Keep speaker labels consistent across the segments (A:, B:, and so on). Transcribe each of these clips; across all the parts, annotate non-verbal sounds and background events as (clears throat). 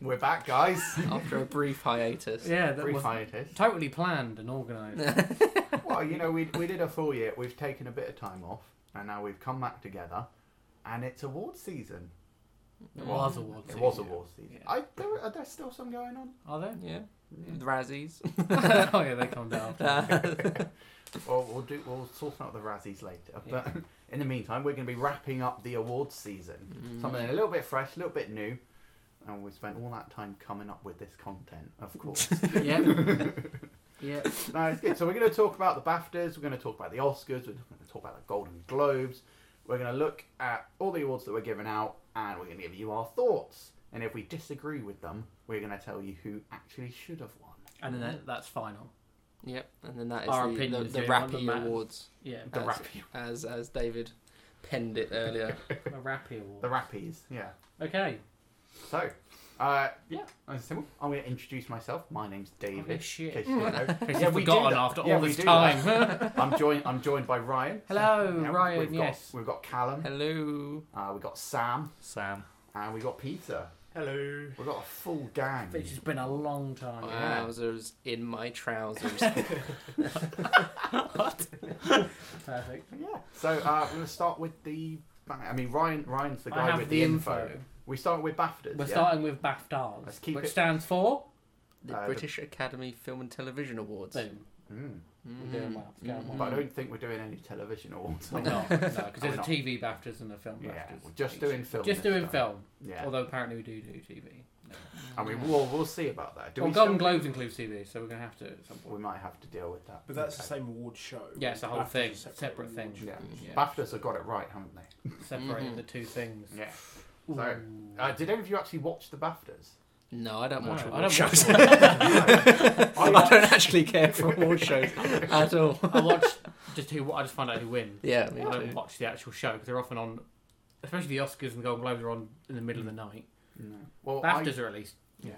A: We're back, guys.
B: after a brief hiatus.
C: Yeah, (laughs) that
A: Brief
C: was
A: hiatus.
C: totally planned and organised.
A: Well, you know, we, we did a full year. We've taken a bit of time off, and now we've come back together, and it's award season.
C: It was award
A: It
C: season.
A: was award season.
B: Yeah.
A: I, there, are there still some going
C: (laughs)
A: on? (laughs)
C: Are there?
B: yeah.
C: Mm.
B: The Razzies.
C: oh yeah, (laughs) they come down.
A: Well, we'll do. We'll sort out the Razzies later. But (laughs) in the meantime, we're going to be wrapping up the awards season.
C: Mm.
A: Something a little bit fresh, a little bit new, and we spent all that time coming up with this content, of course.
C: (laughs) yeah.
A: (laughs)
C: Yeah.
A: no, it's good. So we're going to talk about the BAFTAs. We're going to talk about the Oscars. We're going to talk about the Golden Globes. We're going to look at all the awards that we're giving out, and we're going to give you our thoughts. And if we disagree with them, we're going to tell you who actually should have won.
C: And then that, that's final.
B: Yep. And then that is
C: Our
B: the, the,
C: opinions,
B: the
C: yeah, one that
B: Rappy
C: matters.
B: Awards.
C: Yeah.
A: The
B: as,
A: Rappy,
B: as as David penned it
C: (laughs)
B: earlier.
C: The Rappy Award.
A: the Rappies, yeah.
C: Okay.
A: So, uh,
C: Yeah.
A: I'm simple. I'm going to introduce myself. My name's David.
C: Oh, shit.
A: in case you don't know.
C: Because
A: Yeah,
C: you've
A: we do
C: forgotten
A: that.
C: after
A: Yeah,
C: all
A: we
C: this
A: do
C: time.
A: I'm joined. I'm joined by Ryan.
C: (laughs) Hello,
A: Yeah,
C: Ryan.
A: We've
C: yes.
A: Got, we've got Callum.
B: Hello.
A: Uh, we've got Sam,
D: Sam.
A: and we've got Peter.
D: Hello.
A: We've got a full gang.
C: It's just been a long time.
A: Yeah.
B: Wowzers in my
C: (laughs)
B: trousers.
C: Perfect.
A: Yeah. So uh, we're gonna start with the. I mean, Ryan. Ryan's the
C: I
A: guy
C: have
A: with
C: the info.
A: We start with BAFTAs.
C: We're
A: yeah?
C: starting with BAFTAs,
A: Let's keep
C: which
A: it-
C: stands for.
B: the
A: Uh, the-
B: British Academy Film and Television Awards. Mm.
C: Boom.
A: Mm.
C: We're doing well. It's going well.
A: But I don't think we're doing any television awards. (laughs)
C: We're not, no, because
A: We're
C: there's a
A: not.
C: TV BAFTAs and a film
A: Yeah,
C: BAFTAs.
A: we're just doing film.
C: Just
A: this
C: doing
A: time.
C: film,
A: Yeah.
C: although apparently we do do TV.
A: I mean, we'll we'll see about that. Do
C: well,
A: we
C: Golden
A: still-
C: Globes includes TV, so we're going to have to at some
A: We
C: point.
A: might have to deal with that.
D: But that's the same award show.
C: Yeah, it's the whole
D: BAFTA's
C: thing,
D: a
C: separate
D: award
C: thing.
D: show.
A: Yeah.
B: Yeah.
A: BAFTAs have got it right, haven't they?
C: Separating
B: Mhm.
C: the two things.
A: Yeah.
C: Ooh.
A: So, Uh, did any of you actually watch the
C: (laughs)
A: BAFTAs?
B: No, I don't
C: No,
B: watch
C: I
B: award
C: don't
B: shows. (laughs)
C: watch
B: I don't actually care for award
C: (laughs)
B: shows at all.
C: (laughs) I (laughs) watch just who I just find out who wins.
B: Yeah, me
C: I don't
B: too.
C: watch the actual show because they're often on, especially the Oscars and the Golden Globes are on in the middle of the night.
A: No. Mm. Well, I,
C: BAFTAs are at least.
A: yeah.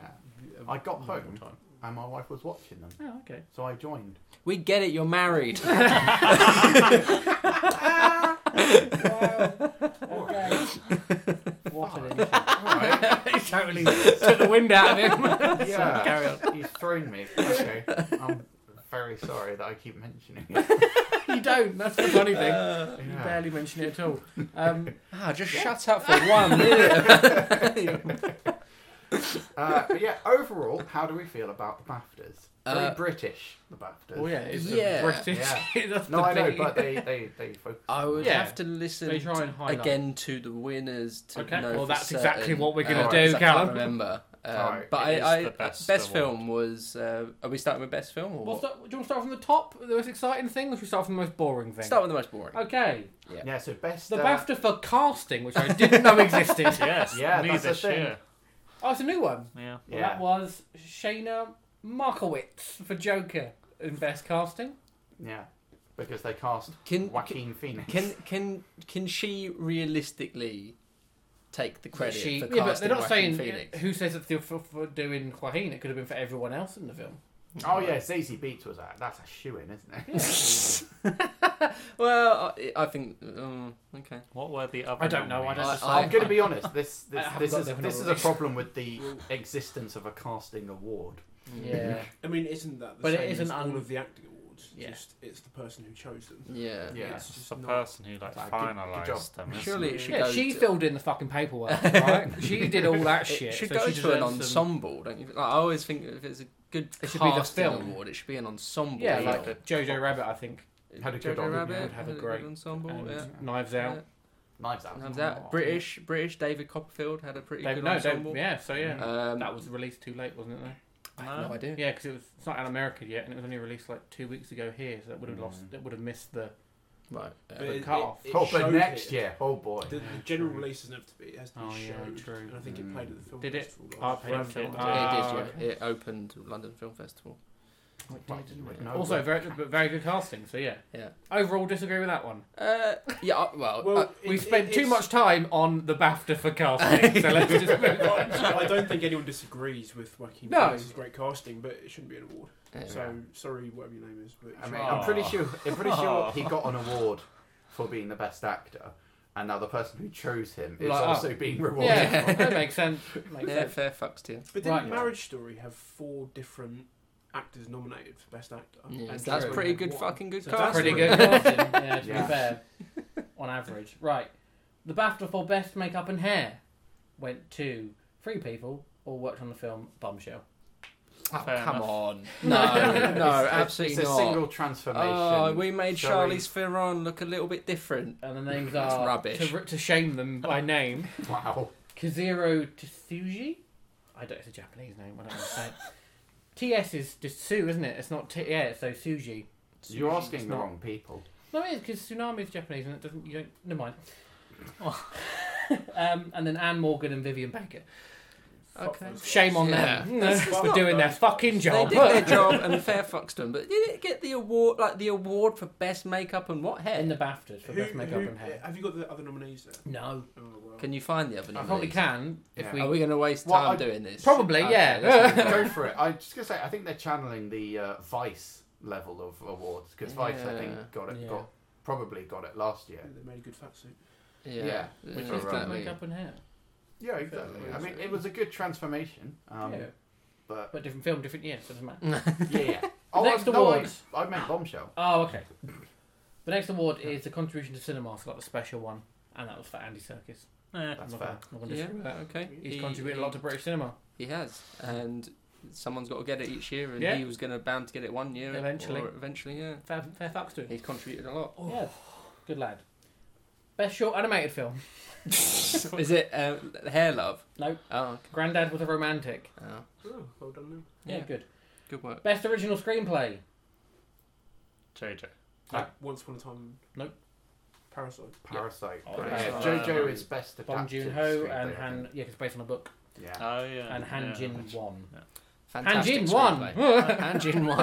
C: a-
A: I got
C: a
A: home.
C: time.
A: And my wife was watching them,
C: Oh, (laughs) okay.
A: so I joined.
B: We get it. You're married.
C: What
A: an
C: an
A: Alright.
C: totally took the wind out of (laughs) him.
A: yeah.
C: Carry on.
A: He's thrown me. Okay. I'm very sorry that I keep mentioning it.
C: You don't. That's the funny thing. You
A: Yeah.
C: barely mention it at all. Um,
B: ah, just shut up for one minute.
A: Uh, but yeah, overall, how do we feel about the BAFTAs? Very
B: Uh,
A: British, the BAFTAs.
C: well, oh, yeah, it's the
B: Yeah.
C: British.
A: Yeah.
C: (laughs) That's
A: No,
C: the
A: I know,
C: thing.
A: but they, they, they focus.
B: (laughs) I would
C: Yeah.
B: have to listen
C: They try and highlight.
B: again to the winners to
C: Okay.
B: know
C: Well,
B: for
C: that's exactly
B: certain,
C: what we're gonna
B: uh,
C: do,
B: 'cause I
C: Callum.
B: can't remember. Um,
A: Alright,
B: but
D: it is
B: I, I
D: the
B: best,
D: best
B: film was. Uh, are we starting with best film or
C: We'll
B: what?
C: start, do you want to start from the top, the most exciting thing, or should we start from the most boring thing?
B: Start with the most boring.
C: Okay,
A: Yeah, so best.
C: the
A: uh,
C: BAFTA for casting, which I didn't know existed.
D: Yes.
A: Yeah,
D: me
A: that's the
D: this
A: thing.
D: year.
C: Oh, it's a new one.
D: Yeah.
A: Yeah.
C: That was Shayna Markowitz for Joker in best casting.
A: Yeah. Because they cast
B: Can
A: Joaquin Phoenix.
B: can can can she realistically take the credit
C: She-
B: for
C: yeah, but
B: casting
C: they're not
B: Joaquin
C: sayeen
B: Phoenix?
C: who says it's the- for, for doing Joaquin. It could have been for everyone else in the film.
A: oh, yeah, Zazie Beats was that. That's a shoe in, isn't it?
B: Well, I, I think um, okay.
D: What were the other?
C: I don't know. I don't.
B: I-
C: decide.
A: I'm going to be honest. This this,
C: I haven't
A: this
C: got
A: is
C: the
A: this is a
C: honoraries.
A: problem with the existence of a casting award.
C: yeah.
E: I mean, isn't that the
C: But it
E: same
C: isn't
E: as
C: un-
E: all of the acting awards?
C: Yeah.
E: Just it's the person who chose them.
B: Yeah.
A: Yeah.
E: It's
D: It's
E: just
D: the
E: not-
D: person who like
A: Like, good- good
D: finalised
A: job.
D: them. isn't
B: Surely (laughs)
D: it?
B: it should
C: Yeah,
B: go.
C: she
B: to,
C: filled in the
B: (laughs)
C: fucking paperwork, right? she did all that Ah, shit.
B: It should
C: so
B: go
C: she
B: to an
C: deserves some-
B: ensemble, don't you? Like, I always think if it's a good
C: It should be the
B: casting
C: film.
B: award, it should be an ensemble.
C: Yeah,
B: film.
C: like Jojo Rabbit, I think.
A: Had a
B: Jojo
A: good on-
B: Rabbit
A: yeah,
C: had a
B: had
C: great-
B: good ensemble.
C: and
B: yeah.
C: Knives Out.
A: Knives Out.
B: And have that British British David Copperfield had a pretty
C: They-
B: good
C: no,
B: ensemble.
C: don't, yeah, so yeah.
B: Um,
C: that was released too late, wasn't it? Though?
B: I have no idea.
C: Yeah, because it was it's not out in America yet, and it was only released like two weeks ago here, so that would have lost, that would have missed the.
B: Right. uh,
E: But it,
C: cut off.
E: it, it
A: Oh, but
E: showed
A: next
E: it.
A: year. Oh boy.
E: The, the
C: Yeah,
E: general
C: true.
E: release doesn't have to be. It has to be
C: Oh, yeah,
E: showed.
C: true.
E: And I think
A: Mm.
E: it played at the film
C: Did it?
E: festival.
C: Oh,
E: last
C: it
E: year.
C: did,
B: it
C: yeah. Ah,
B: did, yeah.
C: okay.
B: It opened London Film Festival.
A: Oh, Right, didn't we? No,
C: also,
A: we're-
C: very, but very good casting, so yeah.
B: Yeah.
C: Overall, disagree with that one.
B: Uh, (laughs) yeah. uh, Well,
E: Well,
B: uh,
E: it-
C: We've spent
E: it-
C: too
E: it's-
C: much time on the BAFTA for casting, so let's just
E: (laughs)
C: move on.
E: I don't think anyone disagrees with Joaquin
C: No.
E: Phoenix's great casting, but it shouldn't be an award.
B: yeah.
E: So sorry, whatever your name is. But it
A: I
E: should-
A: mean, I'm pretty
D: Aw. (laughs)
A: sure. I'm pretty
D: Aw.
A: sure he got an award for being the best actor, and now the person who chose him is
C: Like, oh.
A: also being rewarded.
C: Yeah, (laughs)
A: for it.
C: that makes sense. Makes
B: Yeah,
C: sense.
B: fair fucks to you.
E: But didn't
C: Right.
E: Marriage Story have four different actors nominated for Best Actor?
B: Yeah,
E: And
B: that's
E: Joker
B: pretty
E: had
B: good
E: one.
B: fucking good
E: So
B: cast.
E: that's
C: Pretty
E: right.
C: good casting, yeah, to
A: Yeah.
C: be fair, on average. Right. The BAFTA for Best Makeup and Hair went to three people, all worked on the film Bombshell.
B: (laughs) Oh,
D: Fair
B: come
D: enough.
B: on.
C: (laughs) No,
B: No,
A: It's-
B: no,
A: it's-
B: absolutely
A: It's a
B: not.
A: single transformation.
B: Oh, we made
A: Sorry.
B: Charlize Theron look a little bit different.
C: And the names
B: That's
C: are
B: rubbish.
C: To, to shame them by name,
A: Wow.
C: Kazuro Tsuji. I don't. It's a Japanese name. I don't know
B: (laughs)
C: how to say. it. T.S. is just Sue, isn't it? It's not T. Yeah, so Suji.
A: You're asking
C: It's
A: the
C: not-
A: wrong people.
C: No, it is because tsunami is Japanese, and it doesn't. You don't. Never mind. (laughs) um, and then Anne Morgan and Vivian Baker.
B: Okay.
C: Shame on
B: Yeah.
C: (laughs) them for doing their fucking
B: They
C: job. (laughs)
B: did their job and fair fucks to them, but did it get the award, like the award for best makeup and what hair?
C: in the BAFTAs for
E: Who-
C: best makeup
E: who-
C: and hair.
E: Have you got the other nominees there?
C: No,
E: Oh, well.
B: Can you find the other?
C: I
B: nominees?
C: probably can if
A: Yeah.
C: we.
B: Are Oh, we going to waste
A: Well,
B: time
A: I-
B: doing this?
C: Probably, yeah. (laughs)
B: let's move on.
A: Go for it. I'm just gonna say, I think they're channeling the uh, Vice level of awards because Vice, I
B: Yeah.
A: think, got it,
C: Yeah.
A: got probably got it last year.
E: They made a good fat suit.
B: yeah,
A: Yeah, Yeah,
B: yeah,
C: Which is
A: right.
C: good
B: exactly.
C: makeup and hair.
A: Yeah, exactly. I mean, it was a good transformation, um,
C: yeah.
A: but
C: But different film, different year, so it doesn't matter.
A: (laughs)
C: (laughs)
A: yeah. yeah. Oh,
C: Next
A: I, no, I-
C: award.
A: I meant Bombshell.
C: Oh, okay. The next award is the contribution to cinema, so like the special one, and that was for Andy Serkis.
D: Eh.
A: That's fair.
C: I'm not gonna- I'm not gonna
B: Yeah,
C: disagree with that.
B: okay.
C: He's
B: He-
C: contributed a lot to British cinema.
B: He has, and someone's got to get it each year, and
C: Yeah.
B: he was going to bound to get it one year
C: Eventually.
B: Or eventually, yeah.
C: Fair, fair fucks to him.
B: He's contributed a
C: (laughs)
B: lot.
C: Yeah, Oh. good lad. Best short animated film.
B: Is it uh, Hair Love?
C: No,
B: Oh, okay.
C: Grandad was a romantic.
B: oh.
E: Oh, well done them.
C: Yeah,
B: Yeah.
C: good.
B: good work.
C: Best original screenplay.
D: JJ.
E: Like, Once upon a time.
C: Nope.
E: Parasite.
A: Parasite.
C: Oh,
A: Great.
C: Parasite.
A: Yeah,
D: Um,
A: Jojo is best adapted.
C: Bong Joon Ho
A: screenplay, I
C: and
A: think. Uh,
C: Han. Yeah, 'cause it's based on a book.
A: Yeah.
D: Oh yeah.
C: and Han
D: yeah.
C: Jin won.
B: Fantastic
C: Han Jin won.
B: screenplay. (laughs) Han Jin won. (laughs)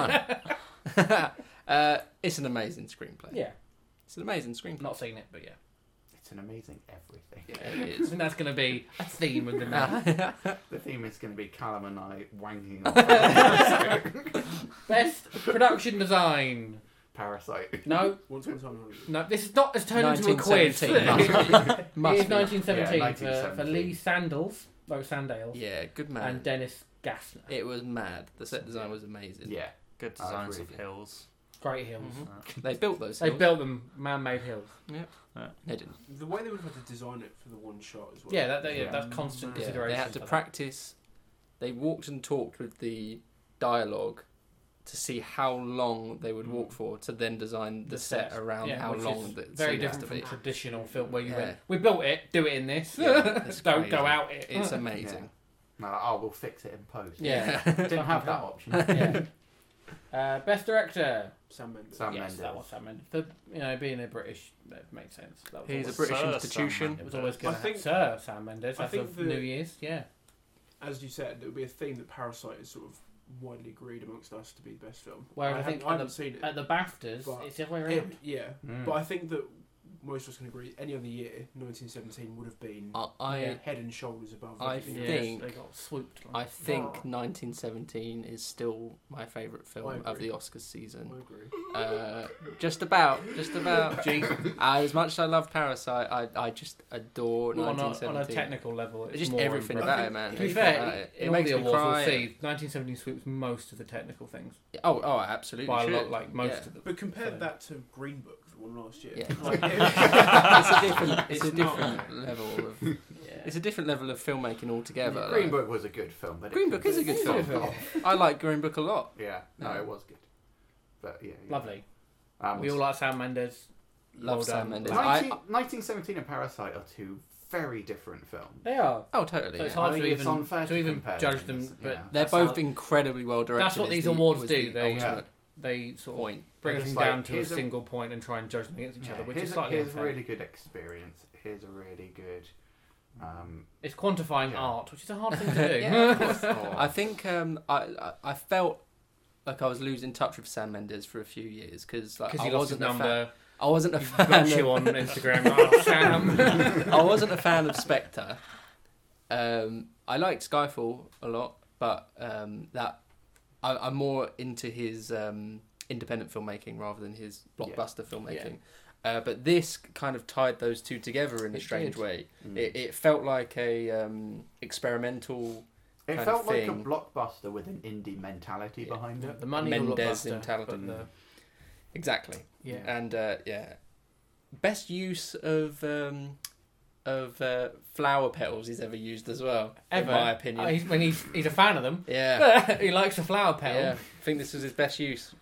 B: uh, it's an amazing screenplay.
C: Yeah,
B: It's an amazing screenplay. (laughs)
C: not seen it, but yeah.
A: It's an amazing everything.
B: Yeah, it
C: And (laughs) that's going to be a theme of the
B: (laughs)
C: night.
B: is.
A: (laughs) The theme is going to be Callum and I wanking (laughs) off.
C: (laughs) Best production design.
A: Parasite.
C: No,
E: Once upon a time. in Hollywood.
C: No, this is not. It's turned into a quiz. (laughs) it is
B: 1917. Must be. (laughs) Must be.
C: 1917
A: Yeah,
C: for, for
A: 1917.
C: Lee Sandals, no Sandales,
B: Yeah, good man.
C: and Dennis Gassner.
B: it was mad. The set design was amazing.
A: Yeah.
D: Good Mm-hmm.
A: I
D: designs
A: agree.
D: of hills.
C: Great hills.
B: Mm-hmm. (laughs) They built those.
C: They
B: hills.
C: built them man-made hills.
B: They didn't.
E: The way they would have had to design it for the one shot as well.
C: Yeah, that, that, yeah,
A: Yeah.
C: that's constant
E: Yeah,
B: Yeah, they
C: consideration.
B: had to
C: for that.
B: practice. They walked and talked with the dialogue to see how long they would
D: Mm.
B: walk for to then design the, set, around
C: yeah,
B: how
C: which
B: long
C: is
B: the
C: Very
B: scene has
C: different
B: to
C: from
B: be.
C: traditional film where you went,
B: Yeah.
C: we built it, do it in this.
B: Yeah, it's
C: (laughs) Don't
B: crazy.
C: go out it.
B: It's
C: (laughs)
B: amazing.
A: No, like, oh, we'll fix it in post. (laughs)
C: Yeah.
B: (laughs)
A: Didn't have
C: (laughs)
A: that option.
C: yeah. Uh, best director.
E: Sam Mendes.
A: Sam
C: yes,
A: Mendes.
C: that was Sam Mendes. For you know being a British, that made sense. That was
B: He's a
C: always-
B: British
D: Sir
B: institution.
D: Sam
C: It was always
E: I
C: going to
E: think-
C: Sir Sam Mendes.
E: I
C: I think
E: think the-
C: New Year's, yeah.
E: As you said, there would be a theme that Parasite is sort of widely agreed amongst us to be the best film.
C: Whereas I
E: I, haven't,
C: think
E: I
C: on
E: haven't seen it.
C: At the BAFTAs,
E: But-
C: it's the other way around.
E: It- yeah,
A: Mm.
B: Hmm.
E: but I think that most of us can agree any other year, 1917 would have been
B: I I,
C: Yeah.
E: head and shoulders above.
B: I
E: everything
B: Yeah.
E: else.
B: think-
C: they got swooped.
B: I
C: Like.
B: think 1917 is still my favourite
E: I
B: film
E: agree.
B: of the Oscars
E: I
B: season.
E: agree.
B: Uh, just about, just (laughs) about. Uh, as much as I love Parasite, I, I just adore
C: on, a,
B: 1917.
C: on a technical level, it's
B: just
C: more
B: everything
C: impressive.
B: about
E: I
B: it, man.
C: To be
B: Everything about
C: fair,
B: it.
C: in
B: It
C: all
B: makes
C: the
B: me
C: awards
B: cry.
C: we'll see, 1970 swoops most of the technical things
B: Oh, oh, I absolutely.
C: by a
B: should.
C: lot, like most
B: Yeah.
C: of them.
E: But compare
C: So-
E: that to Green Book, the one last year.
B: Yeah.
E: Like,
B: (laughs) it's a different,
C: (laughs)
B: it's, a
E: It's not-
B: different level of, it's a different level of filmmaking altogether. like.
A: Green Book was a good film, but it
B: Green Book
A: could-
B: is a good
C: It's
B: film. I like Green Book a lot.
A: Yeah, no,
B: No.
A: it was good. But yeah, yeah.
C: Lovely.
A: Um,
C: We all like Sam Mendes.
B: Love
C: Well
B: Sam
C: done.
B: Mendes.
A: 19,
B: I,
A: 1917 and Parasite are two very different films.
C: They are.
B: oh, totally.
C: So it's
B: yeah.
C: hard
A: I
C: to
A: mean, it's
C: even-
A: unfair
C: to even
A: compare
C: judge them, but-
A: yeah.
B: They're
C: That's
B: both
C: how-
B: incredibly well directed.
C: That's what
B: is
C: these
B: the-
C: awards
B: was
C: do,
B: the
C: they-
B: ultimate
C: They sort
B: (laughs)
C: of
B: point.
C: bring
A: It's
C: everything
A: like,
C: down to a
A: here's a-
C: single point and try and judge them against each other,
A: Yeah,
C: which
A: here's
C: is
A: a-
C: slightly
A: here's a
C: unfair.
A: really good experience. Here's a really good. Um,
C: It's quantifying
A: Yeah.
C: art, which is a hard
A: (laughs)
C: thing to do.
B: Yeah,
C: (laughs)
B: of course.
A: Oh.
B: I think um, I I- I felt like I was losing touch with Sam Mendes for a few years because like
C: Because
B: I
C: he lost his
B: wasn't a fan.
C: number.
B: I wasn't a (laughs)
C: He (laughs)
B: fan.
C: got
B: of-
C: you on Instagram.
B: (laughs)
C: Oh, Sam.
B: I wasn't a fan of Spectre. Um, I liked Skyfall a lot, but um, that I, I'm more into his um, independent filmmaking rather than his blockbuster filmmaking. Uh, but this kind of tied those two together in a
C: It
B: strange
C: did.
B: way.
A: Mm.
B: It, it felt like a um, experimental
A: It
B: kind of
A: felt like a
B: thing.
A: blockbuster with an indie mentality
B: Yeah.
A: behind it.
C: The money will
B: Mendes
C: look
B: mentality.
C: But the,
B: exactly,
C: yeah.
B: and uh, yeah, best use of um, of uh, flower petals he's ever used as well.
C: Ever.
B: in my opinion.
C: Oh, he's, when he's, he's a fan of them.
B: yeah,
C: (laughs) he likes a flower petal.
B: yeah. I think this was his best use.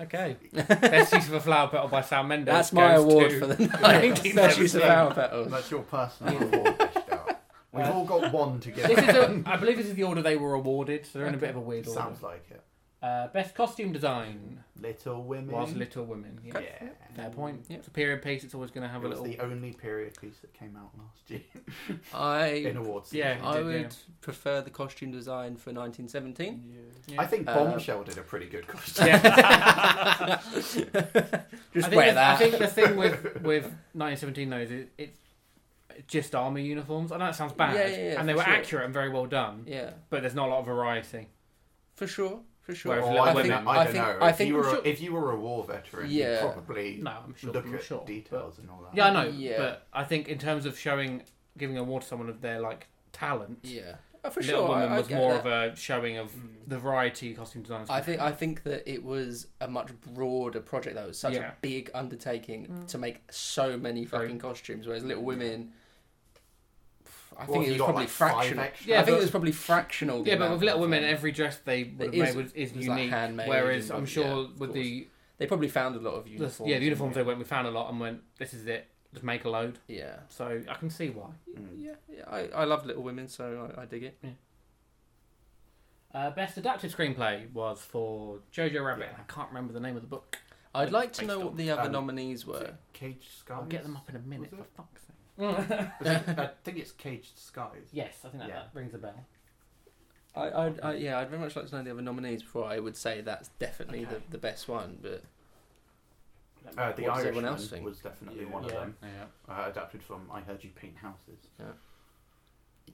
C: Okay.
B: (laughs)
C: Best use of a flower petal by Sam Mendes.
B: That's my
C: goes
B: award
C: (laughs) to-
B: for the night. best use of flower petals.
A: That's your personal award, Ishtar.
C: (laughs)
A: We've all got one to
C: this is
A: give.
C: a, I believe this is the order they were awarded, so they're in a bit of a weird order.
A: Sounds like it.
C: Uh, best costume design
A: Little Women.
C: was Little Women. Yeah.
A: Yeah.
C: Fair point.
B: Yeah.
C: It's a period piece. It's always going to have
A: It
C: a
A: was
C: little. (laughs)
A: the (laughs) only period piece that came out last year
B: I
A: in awards.
C: Yeah.
B: I
C: did,
B: would prefer the costume design for
E: (laughs)
B: 1917.
C: Yeah.
A: I think
B: Uh,
A: Bombshell did a pretty good costume. (laughs)
B: Yeah.
C: I
B: Just
C: think
B: wear
C: the-
B: that.
C: I think the thing
B: (laughs)
C: with with 1917 though is it, it's just army uniforms. I know it sounds bad,
B: Yeah, yeah, yeah,
C: and they
B: for
C: were
B: sure.
C: accurate and very well done,
B: yeah,
C: but there's not a lot of variety.
B: for sure, for sure.
C: Whereas
A: Or
C: Little
A: I,
C: Women-
A: think, I,
B: I
A: don't
B: think-
A: know.
B: I
A: if,
B: think-
A: you were,
C: I'm sure-
A: if you were a war veteran,
B: Yeah.
A: you'd probably
C: No, I'm sure.
A: look
C: I'm
A: at
C: sure.
A: details and all
C: but-
A: that.
C: yeah, I know,
B: Yeah.
C: but I think in terms of showing giving an award to someone of their like talent,
B: Yeah, Oh, for
C: Little
B: sure.
C: Women
B: I, I
C: was
B: get
C: more
B: that. Mm.
C: of a showing of the variety costume designers.
B: I think I think that it was a much broader project. That was such
C: Yeah.
B: a big undertaking to make so many
C: Very-
B: fucking costumes. Whereas Little Women, I
A: Well,
B: think
A: you
B: it was
A: got,
B: probably
A: like, five
B: fractional.
A: extras.
B: I
C: Yeah,
B: think
C: but-
B: it was probably fractional. the
C: yeah, but
B: amount
C: with Little
B: of
C: Women,
B: time.
C: every dress they would
B: It
C: have
B: is-
C: made was, is
B: it was, like,
C: unique.
B: handmade
C: whereas
B: and-
C: I'm
B: yeah,
C: sure
B: of
C: with the
B: they probably found a lot of
C: the
B: uniforms.
C: yeah the uniforms they
B: and-
C: went, we found a lot and went, this is it, just make a load.
B: Yeah.
C: So I can see why.
A: Mm.
B: Yeah, yeah, I, I love Little Women, so I, I dig it.
C: Uh, best adapted screenplay was for Jojo Rabbit. and I can't remember the name of the book.
B: I'd like to
C: Based
B: know
C: on-
B: what the other
A: um,
B: nominees
A: Was
B: were.
A: it Caged Skies.
C: I'll get
A: (laughs)
C: them up in a minute.
A: Was
C: For
A: it?
C: fuck's sake.
A: Was it- I think it's Caged Skies.
C: (laughs) yes, I think that,
A: Yeah.
C: that rings a bell.
B: I, I'd, I, yeah, I'd very much like to know the other nominees before I would say that's definitely
A: Okay.
B: the, the best one. But
A: Uh, the
B: What does everyone
A: Irishman
B: else think?
A: was definitely
E: Yeah.
A: one of
C: Yeah.
A: them.
C: Yeah.
A: Uh, adapted from I Heard You Paint Houses.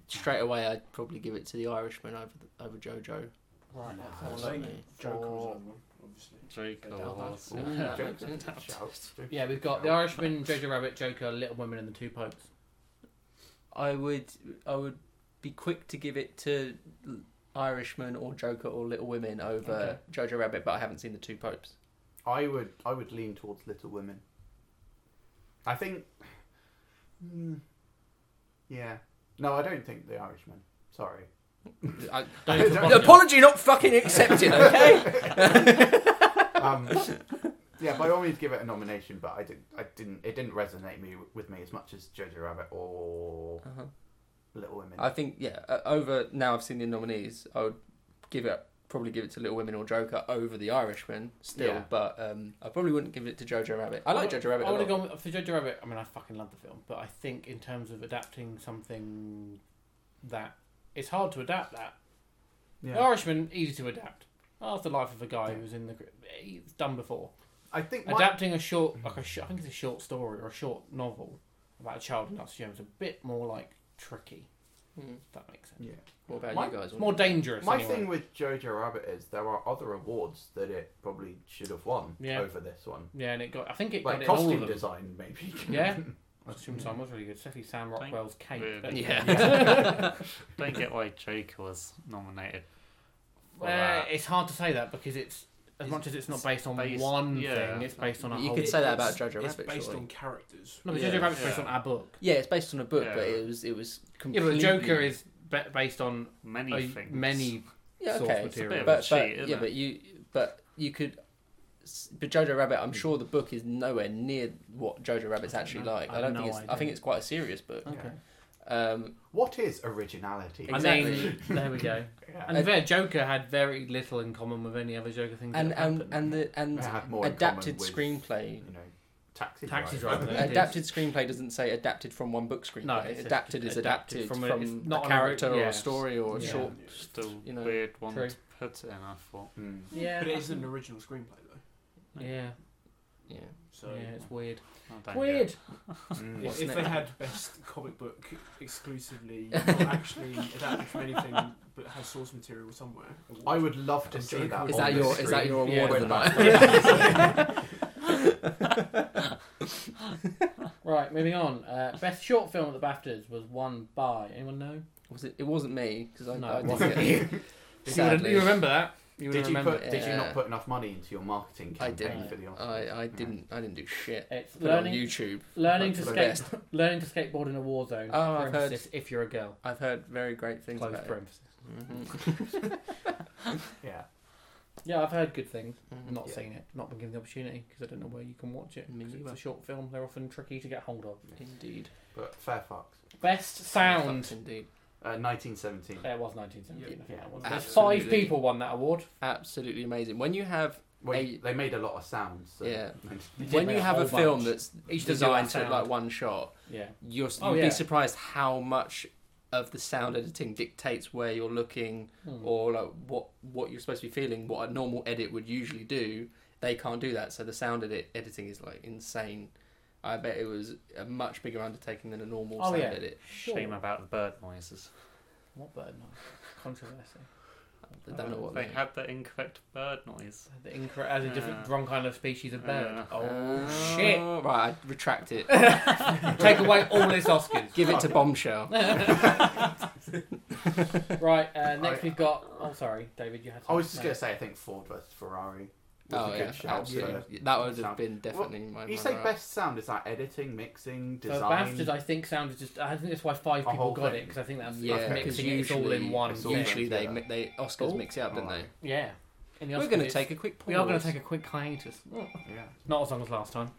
B: straight away, I'd probably give it to the Irishman over the, over JoJo.
C: Right. let's
A: I
C: have a
A: was
C: look.
E: think
B: me.
E: Joker was
C: For-
E: on one, obviously.
D: Jake
E: Yeah,
D: Awards.
A: Ooh,
B: Oh, (laughs) that's- Yeah.
A: Joker's
B: Makes
A: a
B: sense.
A: shout.
C: Yeah, we've got The Irishman, Jojo Rabbit, Joker, Little Women, and The Two Popes.
B: I would I would be quick to give it to Irishman or Joker or Little Women over Jojo Rabbit, but I haven't seen the two
C: (laughs)
B: popes.
A: I would I would lean towards Little Women. I think. Hmm. yeah. No, I don't think The Irishman. Sorry.
B: (laughs) I,
C: Don't need to
A: Don't-
C: apologise.
B: apology not fucking accepted, okay?
A: Um, yeah, by all means, give it a nomination, but I didn't. I didn't. It didn't resonate me with me as much as Jojo Rabbit or
B: uh
A: Little Women.
B: I think yeah. uh, Over now, I've seen the nominees. I would give it probably give it to Little Women or Joker over the Irishman still,
A: Yeah.
B: but um, I probably wouldn't give it to Jojo Rabbit. I like Jojo Rabbit.
C: I
B: a
C: would have
B: lot.
C: gone for Jojo Rabbit. I mean, I fucking love the film, but I think in terms of adapting something that it's hard to adapt that The
A: yeah.
C: Irishman, easy to adapt. That's the life of a guy
A: Yeah.
C: who's in the. He's done before.
A: I think my,
C: Adapting a short, like a sh- I think it's a short story or a short novel about a child in Nazi Germany is a bit more like tricky.
B: Hmm.
C: If that makes sense.
A: yeah.
B: What about
A: My-
B: you guys?
C: It's more dangerous.
A: My
C: anyway.
A: thing with Jojo Rabbit is there are other awards that it probably should have won
C: Yeah.
A: over this one,
C: Yeah, and it got. I think it
A: like
C: got it in all of
A: costume
C: them.
A: design, maybe. (laughs)
C: Yeah. Costume design was really good, especially Sam
D: Thank-
C: Rockwell's cape.
D: Yeah.
C: But-
B: Yeah.
C: (laughs)
D: Don't get why Joker was nominated. for
C: Uh,
D: that.
C: it's hard to say that because it's as
D: It's-
C: much as it's not
D: it's
C: based on
D: based-
C: one
D: yeah.
C: thing. It's based on a
B: You
C: whole.
B: could say that
E: It's-
B: about Jojo
E: It's
B: Rabbit,
E: based
B: surely.
E: on characters.
C: no, but
B: Yeah.
C: Jojo Rabbit's based
D: Yeah.
C: on a book.
B: Yeah, it's based on a book, but
D: Yeah.
B: it was it was
C: Yeah, but
B: completely.
C: Joker is be- based on
D: many
C: a-
D: things.
C: many
B: yeah,
C: source
B: okay.
D: bit
C: material.
D: of
B: but,
D: a cheat,
B: but
D: isn't
B: yeah,
D: it?
B: but you but you could. But Jojo Rabbit, I'm sure the book is nowhere near what Jojo Rabbit's
C: I don't
B: actually
C: know.
B: like.
C: I
B: I
C: have
B: don't
C: no
B: think it's. I
C: idea.
B: think it's quite a serious book.
A: Okay.
B: Um,
A: What is originality?
B: Exactly.
C: I mean, (laughs) there we go.
A: (laughs) Yeah.
B: Uh,
C: And their Joker had very little in common with any other Joker thing.
B: and
C: that
B: and
C: happened.
B: and the and
A: It had more in common
B: adapted
A: with,
B: screenplay.
A: You know, taxi
C: Taxi
A: driver.
C: Driver. It is.
B: Adapted screenplay doesn't say adapted from one book screenplay.
C: No, it's
B: adapted is
C: adapted
B: adapted from
C: from a-
B: a,
C: it's not on a-
B: character or
C: yeah.
B: a story or a
C: Yeah.
B: short.
D: Still
B: you know,
D: weird one
C: true.
D: to put it in, I thought.
A: Mm.
C: yeah,
E: But it is an original screenplay though.
C: yeah,
B: Yeah. Hmm.
E: So
C: yeah, it's weird.
B: Oh,
D: I don't
C: weird.
D: get Hmm.
A: Mm.
E: if,
B: What's
E: if they
B: next?
E: had best comic book exclusively, not actually adapted from anything, but has source material somewhere.
A: (laughs) I would love to
E: Is
A: see that.
B: Is
A: on
B: that
A: the
B: your (laughs)
A: screen.
C: (laughs)
B: is that your award
C: Yeah.
B: of the night?
A: Yeah.
C: Right, moving on. Uh, best short film at the BAFTAs was won by anyone know?
B: Was it? It wasn't me because I,
C: No,
B: I
C: it
B: didn't
C: wasn't
A: (laughs)
B: get-
C: you.
B: Sadly.
C: You remember that? You
A: Did you
C: remember
A: put?
B: it.
A: Did you
B: Yeah.
A: not put enough money into your marketing
B: I
A: campaign
B: didn't.
A: for the Oscars?
B: I, I didn't. I didn't do shit.
C: It's
B: Put it on
C: learning,
B: YouTube.
C: learning
B: Like,
C: to
B: for the
C: skate,
B: best.
C: (laughs) learning to skateboard in a war zone.
B: Oh, I've heard-
C: parenthesis, If you're a girl,
B: I've heard very great things
C: close
B: about it.
C: parenthesis.
B: Mhm.
A: Yeah.
C: Yeah, I've heard good things.
B: Mhm.
C: Not
A: Yeah.
C: seen it. Not been given the opportunity because I don't know where you can watch it.
B: Me
C: 'cause it's
B: neither.
C: a short film. They're often tricky to get hold of.
B: Indeed.
A: But Fairfax,
C: Best (laughs) sound.
B: Indeed.
A: uh, 1917.
C: There was 1917. I think
A: Yeah.
C: that was.
A: Yeah.
C: There's
B: Absolutely.
C: five people won that award.
B: Absolutely amazing. When you have
A: Well,
B: Eight.
A: they made a lot of sounds. So. (laughs)
B: Yeah.
C: They did
B: when
C: make
B: you
C: a
B: have a,
C: whole
B: film
C: bunch.
B: that's
C: Each did
B: designed
C: their
B: to
C: sound.
B: like one shot,
C: Yeah.
B: you're, you'd
C: Oh, yeah.
B: be surprised how much of the sound editing dictates where you're looking
C: Hmm.
B: or like what what you're supposed to be feeling. What a normal edit would usually do, they can't do that. So the sound edit editing is like insane. I bet it was a much bigger undertaking than a normal
C: Oh,
B: sound
C: yeah.
B: edit.
D: Shame
C: Sure.
D: about the bird noises.
C: What bird noise? Controversy.
B: I don't know what
D: they
B: they
D: had the incorrect bird noise.
C: The incorrect, as a different
D: Yeah.
C: wrong kind of species of bird.
D: Yeah.
C: Oh
B: Uh,
C: shit!
B: (laughs) Right, I retract
C: (laughs)
B: it.
C: Take away all his Oscars.
B: Give (laughs) it to Bombshell.
C: (laughs) right. Uh,
A: I-
C: next we've got. Oh, sorry, David. You had.
A: I was just
C: something
A: gonna
C: to
A: say, I think Ford versus Ferrari was
B: Oh
A: a
B: yeah,
A: good shout. so-
B: absolutely. That would have
A: Sound.
B: been definitely my.
A: You
B: my
A: say
B: runner-up.
A: best sound is that editing, mixing,
C: say. So
A: design.
C: BAFTAs, I think, sounded just. I think that's why five
A: A
C: people
A: whole
C: got
A: thing.
C: it because I think that's
B: Yeah,
C: that's
B: because
C: mixing it. It's all in
B: usually-
C: one.
A: it's all
C: thing.
B: Usually they
A: Yeah.
B: mi- they Oscars
C: Oh,
B: mix it up, didn't
A: alright.
C: Yeah. And the
B: they? We're
C: Oscars
B: going to
C: is-
B: take a quick pause.
C: We are going to take a quick hiatus.
A: yeah.
C: Not as long as last time.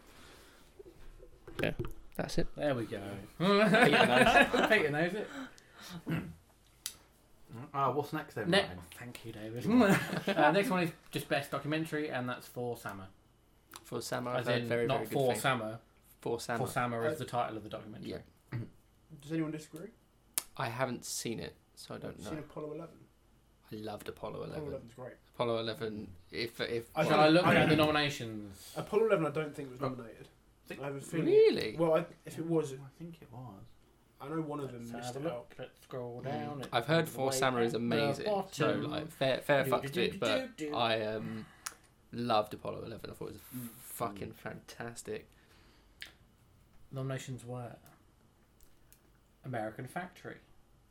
B: That's it.
C: There we go. (laughs) Peter knows. Peter knows it.
A: Uh, what's next then?
C: Ne-
A: Ryan?
C: Thank you, David. (laughs) uh, next one is just best documentary, and that's for Summer.
B: For Sam, I've
C: As
B: heard
C: in,
B: very
C: not
B: very good
C: for
B: things.
C: Summer.
B: For Sam,
C: For Summer is
E: Uh,
C: the title of the documentary.
B: yeah.
E: Does anyone disagree?
B: I haven't seen it, so I don't
E: I've
B: know.
E: Seen Apollo 11.
B: I loved Apollo
E: Apollo
B: Eleven.
E: 11's great.
B: Apollo Eleven. If if
E: I
C: Shall
E: don't-
C: I look
E: I
C: at the
E: don't-
C: nominations?
E: Apollo 11, I don't think was nominated.
A: Think-
E: I have a feeling.
B: really,
E: Well, I, if it was,
A: I think it was.
E: I know one of them
C: Let's
E: missed
C: have a
E: it out.
C: look. Hmm. Let's scroll down. It
B: I've heard
C: goes
B: For
C: way
B: Sam
C: down
B: is
C: the
B: amazing. So
C: bottom.
B: like fair fair
C: Do,
B: fucks
C: do,
B: to it,
C: do,
B: but
C: do, do.
B: I um loved Apollo Eleven. I thought it was
A: Mm.
B: f- fucking fantastic.
C: Nominations were American Factory,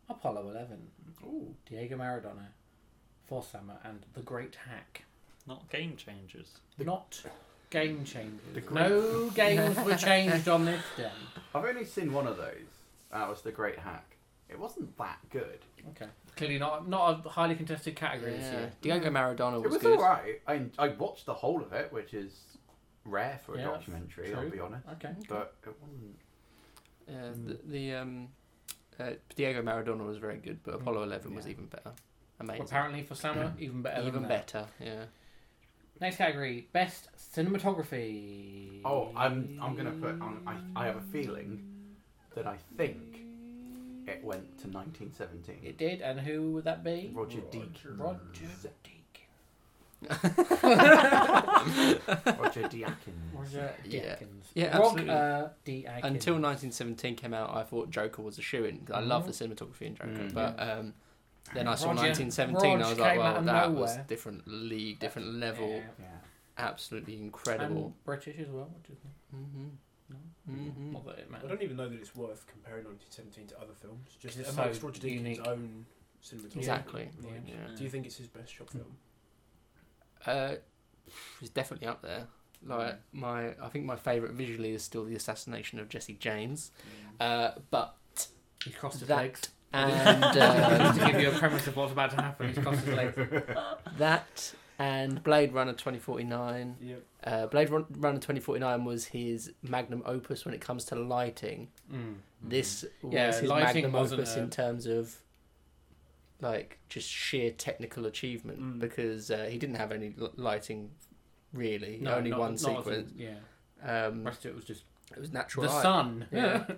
C: Apollo 11,
A: Ooh.
C: Diego Maradona, For Summer, and The Great Hack.
D: Not game changers.
C: Not game changers.
A: The great- (laughs)
C: No games were changed on this day.
A: I've only seen one of those. That was the Great Hack. It wasn't that good.
C: Okay. Clearly not not a highly contested category this
B: Yeah.
C: year.
B: Diego Maradona
A: it
B: was
A: was
B: good.
A: alright. I I watched the whole of it, which is rare for a
C: Yeah,
A: documentary. I'll
C: true.
A: be honest.
C: Okay.
A: But Mm. it wasn't.
B: Uh, the, the um, uh, Diego Maradona was very good,
A: Mm.
B: but Apollo 11 was
A: Yeah.
B: even better. Amazing.
C: Apparently
A: (clears throat)
C: for Summer, even better. than
B: even
C: that.
B: better, yeah.
C: Next category, best cinematography.
A: Oh, I'm I'm gonna put. I'm, I I have a feeling that I think it went to 1917.
C: It did, and who would that be?
A: Roger Deakins.
C: Roger
B: (laughs)
A: Roger Deakins.
C: Roger
B: Yeah.
C: Deakins.
B: Yeah,
C: Roger
B: absolutely.
C: Deakins.
B: Until 1917 came out, I thought Joker was a shoe in. I love the cinematography in Joker,
A: Mm.
B: but um, then I saw
C: Mm-hmm. Roger-
B: 1917, I
C: Roger
B: was like,
C: came out
B: well,
C: of
B: that was
C: nowhere.
B: different league, different level,
C: Yeah.
A: Yeah.
B: absolutely
C: And
B: incredible.
C: British as well, which is
B: hmm
C: Um, mm-hmm. No. mm-hmm.
B: hmm
C: not that it
E: I
C: matters.
E: don't even know that it's worth comparing 1917 to other films. Just
C: It's
E: amongst
C: so
E: Roger Deakins'
C: unique.
E: own cinematography.
B: Exactly.
C: Yeah.
E: Like,
B: Yeah.
E: Do you think it's his best shot film?
B: Uh, it's definitely up there.
C: Mm.
B: Like my, I think my favourite visually is still the assassination of Jesse James. Uh,
C: (laughs)
B: but
C: He's crossed his
B: that
C: legs.
B: and
C: (laughs) Just to
B: um,
C: give (laughs) you a premise of what's about to happen, he's crossed
B: (laughs)
C: his legs.
B: that and Blade Runner 2049.
E: Yep.
B: Uh, Blade Run- Runner 2049 was his magnum opus when it comes to lighting.
C: Mm.
B: This was
C: Yeah,
B: his
C: lighting
B: magnum
C: wasn't
B: opus
C: a-
B: in terms of like just sheer technical achievement
E: Mm.
B: because uh, he didn't have any l- lighting really,
C: No,
B: only
C: not-
B: one
C: not as in-
B: sequence.
C: yeah, the
B: Um,
C: rest of it was just
B: it was natural
C: the
B: light.
C: sun.
B: Yeah.
C: (laughs)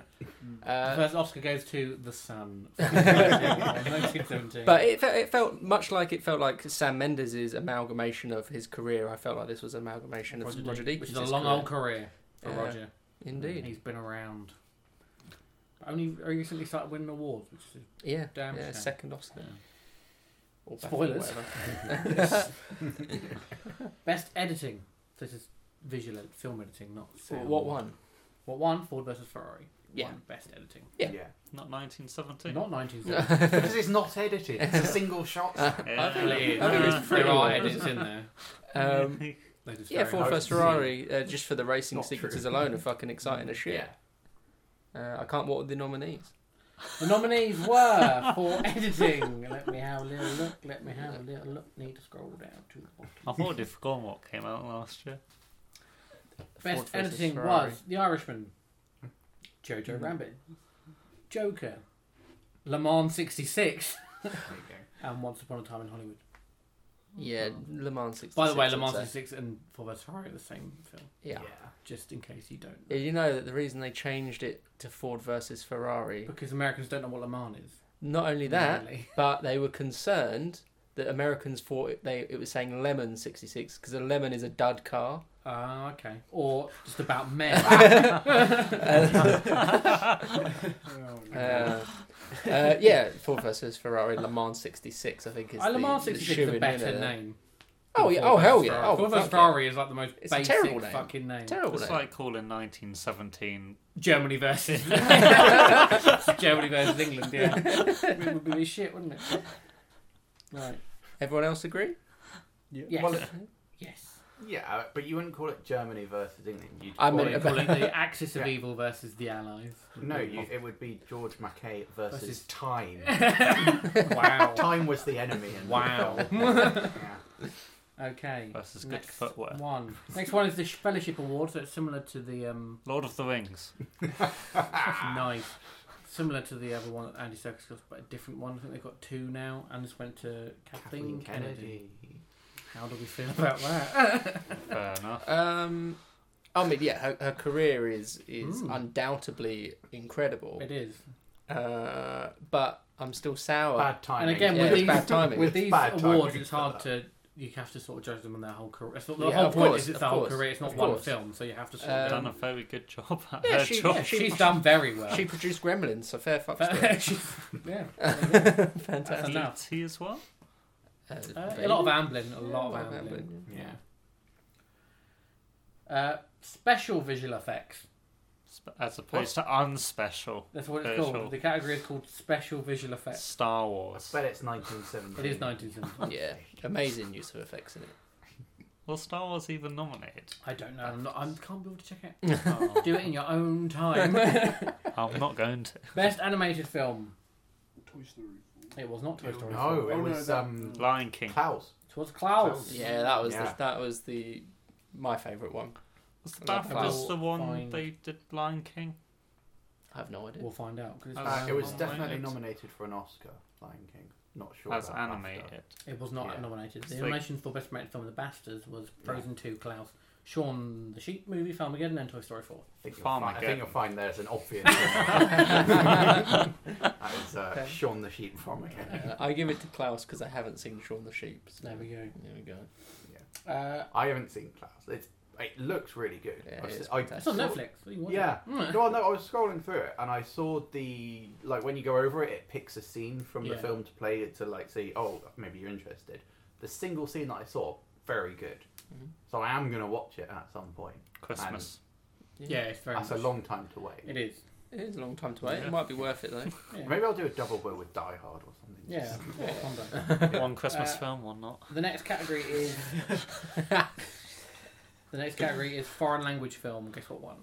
C: The
B: Uh,
C: first Oscar goes to
B: (laughs)
C: the sun. (laughs) 1917.
B: But it, fe- it felt much like it felt like Sam Mendes' amalgamation of his career. I felt like this was an amalgamation of
C: Roger
B: Roger
C: Deakins,
B: Deakins.
C: which is a long old career for
B: Yeah.
C: Roger.
B: Indeed.
C: he's been around. Only very recently started winning awards, which is
B: Yeah.
C: Damn
B: yeah
C: shame.
B: second Oscar. Or Bafta,
C: Spoilers.
B: (laughs) whatever.
C: best editing. This is visual ed- film editing, not sound.
B: what one?
C: What one? Ford versus Ferrari.
B: Yeah.
C: One best editing.
B: Yeah.
D: Not 1917.
B: (laughs)
C: Not 1970.
A: because it's not edited. It's a single shot.
D: (laughs) Yeah.
B: think- I think it's
D: Uh,
B: pretty
C: there are
B: well.
C: edits in there.
B: (laughs)
A: (laughs)
B: Um,
C: They just
B: yeah,
C: very
B: Ford
C: hard
B: vs
C: to see.
B: Ferrari, uh, just for the racing
A: Not
B: sequences
A: true.
B: alone, are fucking exciting as shit. Uh, I can't what were the nominees.
C: The nominees were for (laughs) editing. Let me have a little look. Let me have a little look. Need to scroll down to the bottom.
D: I thought if Gone what came out last year.
C: Best
B: Ford versus
C: editing
B: Ferrari.
C: was The Irishman, Jojo
B: Mhm.
C: Rabbit, Joker, Le Mans 66,
B: (laughs)
A: There you go.
C: and Once Upon a Time in Hollywood.
B: Yeah, Le Mans 66.
C: By the way, Le
B: I'd
C: Mans
B: say.
C: 66 and Ford vs Ferrari are the same film,
B: Yeah.
C: just in case you don't.
B: Yeah, You know that the reason they changed it to Ford versus Ferrari,
C: Because Americans don't know what Le Mans is.
B: not
C: Mm.
B: only that,
C: really.
B: but they were concerned that Americans thought it, they it was saying lemon 66 because a lemon is a dud car.
C: Ah, okay. Or just
B: (laughs)
C: about men. (laughs) Mm.
B: Uh, uh, yeah, Ford versus Ferrari Le Mans 66 I think is
C: Uh, Le
B: the-
C: Mans
B: the
C: 66 is a
B: shoo-in
C: better
B: winner.
C: name.
B: Oh
C: than
B: yeah,
C: Ford
B: oh
C: versus
B: hell yeah.
C: Ferrari.
B: Oh,
C: Ford versus
B: fuck yeah.
C: Ferrari is like the most
B: It's a
C: basic
B: terrible name.
C: fucking name.
B: Terrible
D: It's
B: name.
D: like calling 1917
C: Germany
D: (laughs)
C: versus (laughs) Germany versus England. Yeah, it would be shit, wouldn't it? Right.
B: Everyone else agree?
C: Yes.
A: Well,
C: yes.
A: yeah, but you wouldn't call it Germany versus England. You'd
B: I
A: call
B: mean,
A: it,
B: about-
C: Calling
D: (laughs)
C: the axis of
A: Yeah.
C: evil versus the Allies.
A: no, you,
C: (laughs)
A: it would be George Mackay versus,
C: Versus-
A: time.
C: (laughs) wow.
A: time was the enemy. In
C: Wow.
A: the film. (laughs) yeah.
C: Okay.
D: versus Good
C: Next
D: Footwear.
C: one. Next one is the Fellowship Award, so it's similar to the um,
D: Lord of
C: (laughs)
D: the Rings.
C: knife, similar to the other one that Andy Serkis got, but a different one. I think they've got two now, and this went to
A: Kathleen
C: Kathleen, Kennedy.
A: Kennedy.
C: How do we feel about (laughs) that?
D: Fair enough.
B: Um, I mean, yeah, her, her career is is
D: Hmm.
C: Mm.
B: undoubtedly incredible,
C: it is.
B: uh, but I'm still sour.
A: Bad timing.
C: And again,
B: Yeah,
C: with
B: it's
C: these, (laughs)
B: bad timing.
C: with
A: It's
C: these
A: bad timing
C: awards, it's
A: for
C: hard
A: that.
C: to you have to sort of judge them on their whole career. It's not, the
B: Yeah,
C: whole
B: of
C: point
B: course,
C: is it's
B: of
C: the whole
B: course,
C: career. It's not
B: of
C: one
B: course.
C: film, so you have to sort
B: Um,
C: of.
D: Done a very good job at
B: yeah,
D: her
B: she- (laughs)
D: job.
B: yeah, she-
C: She's done (laughs) very
B: (laughs)
C: well.
B: She produced Gremlins, so fair fucks. to (laughs)
C: (laughs)
B: her.
C: She's- yeah,
B: Fantastic.
C: That's enough.
D: E.T. as well.
C: Uh,
B: Baby.
C: a lot of ambling, a
B: Yeah,
C: lot
B: a
C: of ambling.
B: ambling,
A: Yeah.
C: Uh, special visual effects.
D: Sp- As opposed to unspecial
C: That's what it's
D: Special.
C: called. The category is called special visual effects.
D: Star
A: I
D: Wars.
A: bet it's 1970.
C: It is 1970.
B: yeah. Yeah, amazing use of effects in it.
D: Was Star Wars even nominated?
C: I don't know. I'm not, I can't be able to check
B: (laughs)
C: it. Do it in your own time.
D: I'm not
A: (laughs)
D: going to.
C: Best animated film.
E: Toy Story.
C: It was not Toy Story.
A: No,
C: four.
A: it
E: Oh, no,
A: was
E: that-
A: um,
D: Lion King.
A: Klaus.
C: It was Klaus.
A: Klaus.
B: Yeah, that was
A: Yeah.
B: The, that was the my favourite one.
D: Was the
B: Not
D: BAFTAs the
C: foul.
D: one
C: Fine.
D: they did Lion King?
B: I have no idea.
C: We'll find out. 'cause it's-
A: Uh, it was
D: Oh,
A: definitely
D: nominated.
A: nominated for an Oscar, Lion King. Not sure.
D: As
A: about
D: animated.
A: BAFTA.
C: It was not
A: Yeah.
C: nominated. The
D: It's like-
C: animation for Best Animated Film of the Bastards was Frozen 2, Klaus, Shaun the Sheep movie, Farmageddon, and Toy Story 4.
A: I think, you'll
D: Farm
A: find, I think
D: again.
A: you'll find there's an
D: (laughs)
A: obvious. that was uh, Shaun the Sheep from again.
B: Uh, I give it to Klaus because I haven't seen Shaun the Sheep. so-
C: There we go.
B: There we go.
C: Uh,
A: I haven't seen Klaus. It's, it looks really good.
B: Yeah,
A: I've
B: it
A: se-
B: is
A: I
B: fantastic.
C: it's on
A: saw-
C: Netflix. so you can watch
A: Yeah.
C: it. Mm.
A: No, no, I was scrolling through it and I saw the like when you go over it, it picks a scene from the
C: Yeah.
A: film to play it to like see. Oh, maybe you're interested. The single scene that I saw, very good.
B: Mhm.
A: So I am gonna watch it at some point.
D: Christmas.
C: Yeah, it's very
A: That's a
C: much-
A: long time to wait.
C: It is.
B: It is a long time to wait.
D: Yeah.
B: It might be worth it though.
C: Yeah.
A: Maybe I'll do a double bill with Die Hard or something.
C: Yeah. (laughs)
A: Just-
C: yeah, one day.
D: (laughs) one Christmas
C: Uh,
D: film, one not.
C: The next
A: (laughs)
C: category is the next category is foreign language film. Guess what one?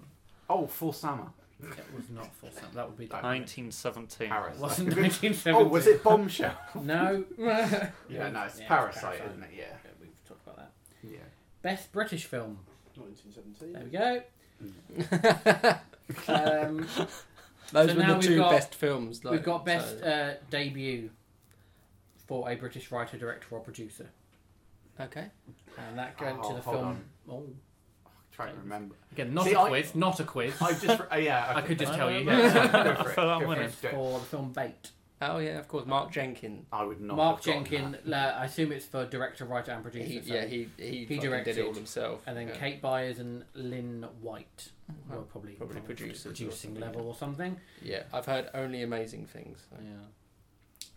A: Oh, Full Summer.
C: It was not for some. That would be
A: That-
D: 1917.
A: Paris.
C: It wasn't
A: (laughs) That's a good-
C: 1970.
A: Oh, was it Bombshell?
C: No.
A: (laughs)
C: yeah,
A: yeah, no, it's
C: yeah,
A: Parasite, isn't it? Yeah.
C: Okay, we've talked about that.
A: Yeah.
C: Best British film.
E: 1917.
C: There we go.
A: (laughs)
C: Um,
B: (laughs) Those were
C: So now
B: the
C: we've
B: two
C: got-
B: best films. Like,
C: we've got best
B: so-
C: uh, debut for a British writer, director, or producer,
B: okay.
C: and that went
A: Oh,
C: to the
A: hold
C: film.
A: on.
C: Oh,
A: Trying to remember.
C: again, not
A: See,
C: a
A: I-
C: quiz. Not a quiz.
A: I just. oh, yeah.
C: I
A: okay.
C: could just tell you.
A: Yeah,
C: Yeah.
A: (laughs) go for
D: (laughs) I
A: it,
D: feel I'm
A: go for it,
D: winning.
A: do it.
C: (laughs) for the film Bait.
B: Oh yeah, of course. Mark Jenkins.
A: I would not.
C: Mark
A: have gotten
C: Jenkin,
A: that.
C: uh, I assume it's for director, writer, and producer.
B: He,
C: so-
B: yeah, he he, fucking did
C: directed.
B: it all himself.
C: And then
B: yeah. Hmm.
C: Kate Byers and Lynn White were
B: Well,
C: probably
B: probably
C: on the
B: producers or
C: producing
B: something,
C: level or something.
B: Yeah, I've heard only
C: (laughs)
B: amazing things. so.
C: Yeah,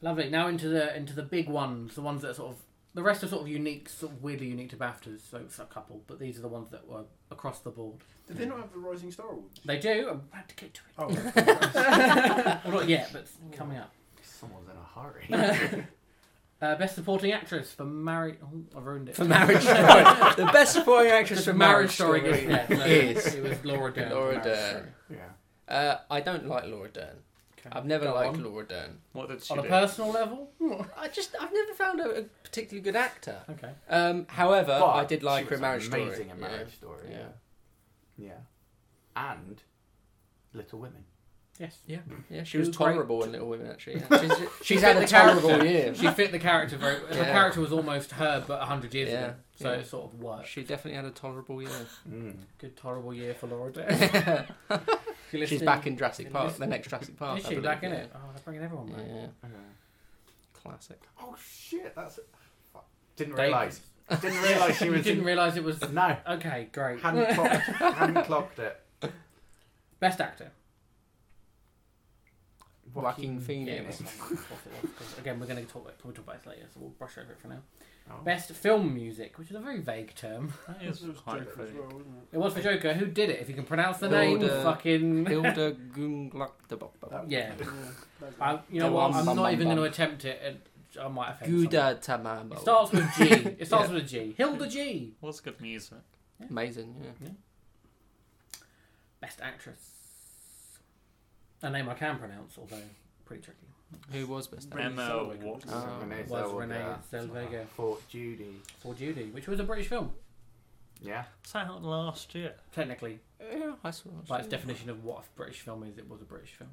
C: lovely. Now into the into the big ones, the ones that are sort of The rest are sort of unique, sort of weirdly unique to BAFTAs, so it's a couple, but these are the ones that were across the board.
E: Did they not have the Rising Star Award?
C: (laughs)
E: this
C: They do, I'm about to get
E: (laughs)
C: to
E: year? Oh,
C: it. well, not yet, but it's coming up.
A: Someone's in a hurry.
C: Uh, best supporting actress for Marriage. Oh, I ruined it.
B: For
C: (laughs)
B: Marriage Story. (laughs) the best supporting actress
C: Just
B: for Marriage Story
C: Story. yeah, so (laughs)
B: is.
C: It was Laura Dern. for
B: Laura
C: Marriage
B: Dern.
C: Story.
A: yeah.
B: Uh, I don't like Laura Dern.
E: Okay.
B: I've never
C: Go
B: liked
C: on.
B: Laura
D: (laughs)
B: Dern.
D: What did she
C: On a
D: do?
C: personal level?
B: I just I've never found her a particularly good actor.
C: Okay.
B: Um, however, I
A: But
B: did like
A: she
B: her
A: was
B: in Marriage Story.
A: amazing in
B: Yeah.
A: Marriage Story.
B: Yeah.
A: Yeah. yeah, and Little Women.
C: Yes.
B: Yeah, yeah, she was
C: She was great.
B: tolerable in Little Women. (laughs) Actually, yeah. she's, she's
C: fit
B: had a
C: the
B: tolerable
C: character.
B: year.
C: She fit the character very The
B: Yeah.
C: character was almost her, but 100 years
B: Yeah,
C: ago. So
B: yeah.
C: it sort of worked.
B: She definitely had a tolerable (laughs) year.
A: Mm.
C: Good, horrible year for
B: (laughs)
C: Laura Dern.
B: She's back in Jurassic
C: You're
B: Park, the
C: listening.
B: next Jurassic Park.
C: Is
B: I
C: she back in
B: believe,
C: it? Oh, they're bringing everyone
B: Yeah.
C: back.
B: yeah,
A: Okay.
B: classic.
A: Oh shit! That's fuck. didn't
C: They- (laughs)
A: realize. Didn't realize she
B: (laughs)
C: You
A: was.
C: didn't
A: in...
C: realise it was.
A: No,
C: Okay, great.
A: hand clocked. hand clocked it.
C: (laughs) Best actor.
B: Joaquin
C: Yeah, it
B: Phoenix.
C: was- because again, we're going to talk about, probably talk about this later, so we'll brush over it for now.
A: Oh.
C: Best film music, which is a very vague term.
D: That
E: It was
D: is quite
E: Joker as
D: vague.
E: well, wasn't it?
C: It was for Joker. Who did it? If you can pronounce the
B: Hilda-
C: name, fucking.
B: Hilda Gungluck
E: That-
C: Yeah.
E: that-
C: (laughs) I, you know
B: Go
C: what?
B: on,
C: I'm
B: bum,
C: not
B: bum,
C: even
B: bum.
C: going to attempt it, and I might offend someone.
B: Guda uh, Tamamo.
C: It starts with G.
B: (laughs)
C: It starts with a G. Hilda G.
D: What's good music?
B: Amazing, yeah.
C: Best actress. A name I can pronounce, although pretty tricky.
B: Who was best?
E: Renee
D: Emma
E: Zellweger.
D: Watson.
B: Oh.
A: Renee
C: Was
A: Zellweger.
C: Renee Zellweger
A: for Judy.
C: for Judy, which was a British film,
A: Yeah.
D: It's out last year.
C: technically.
B: Yeah, I saw. it.
C: By its definition of what a British film is, it was a British film.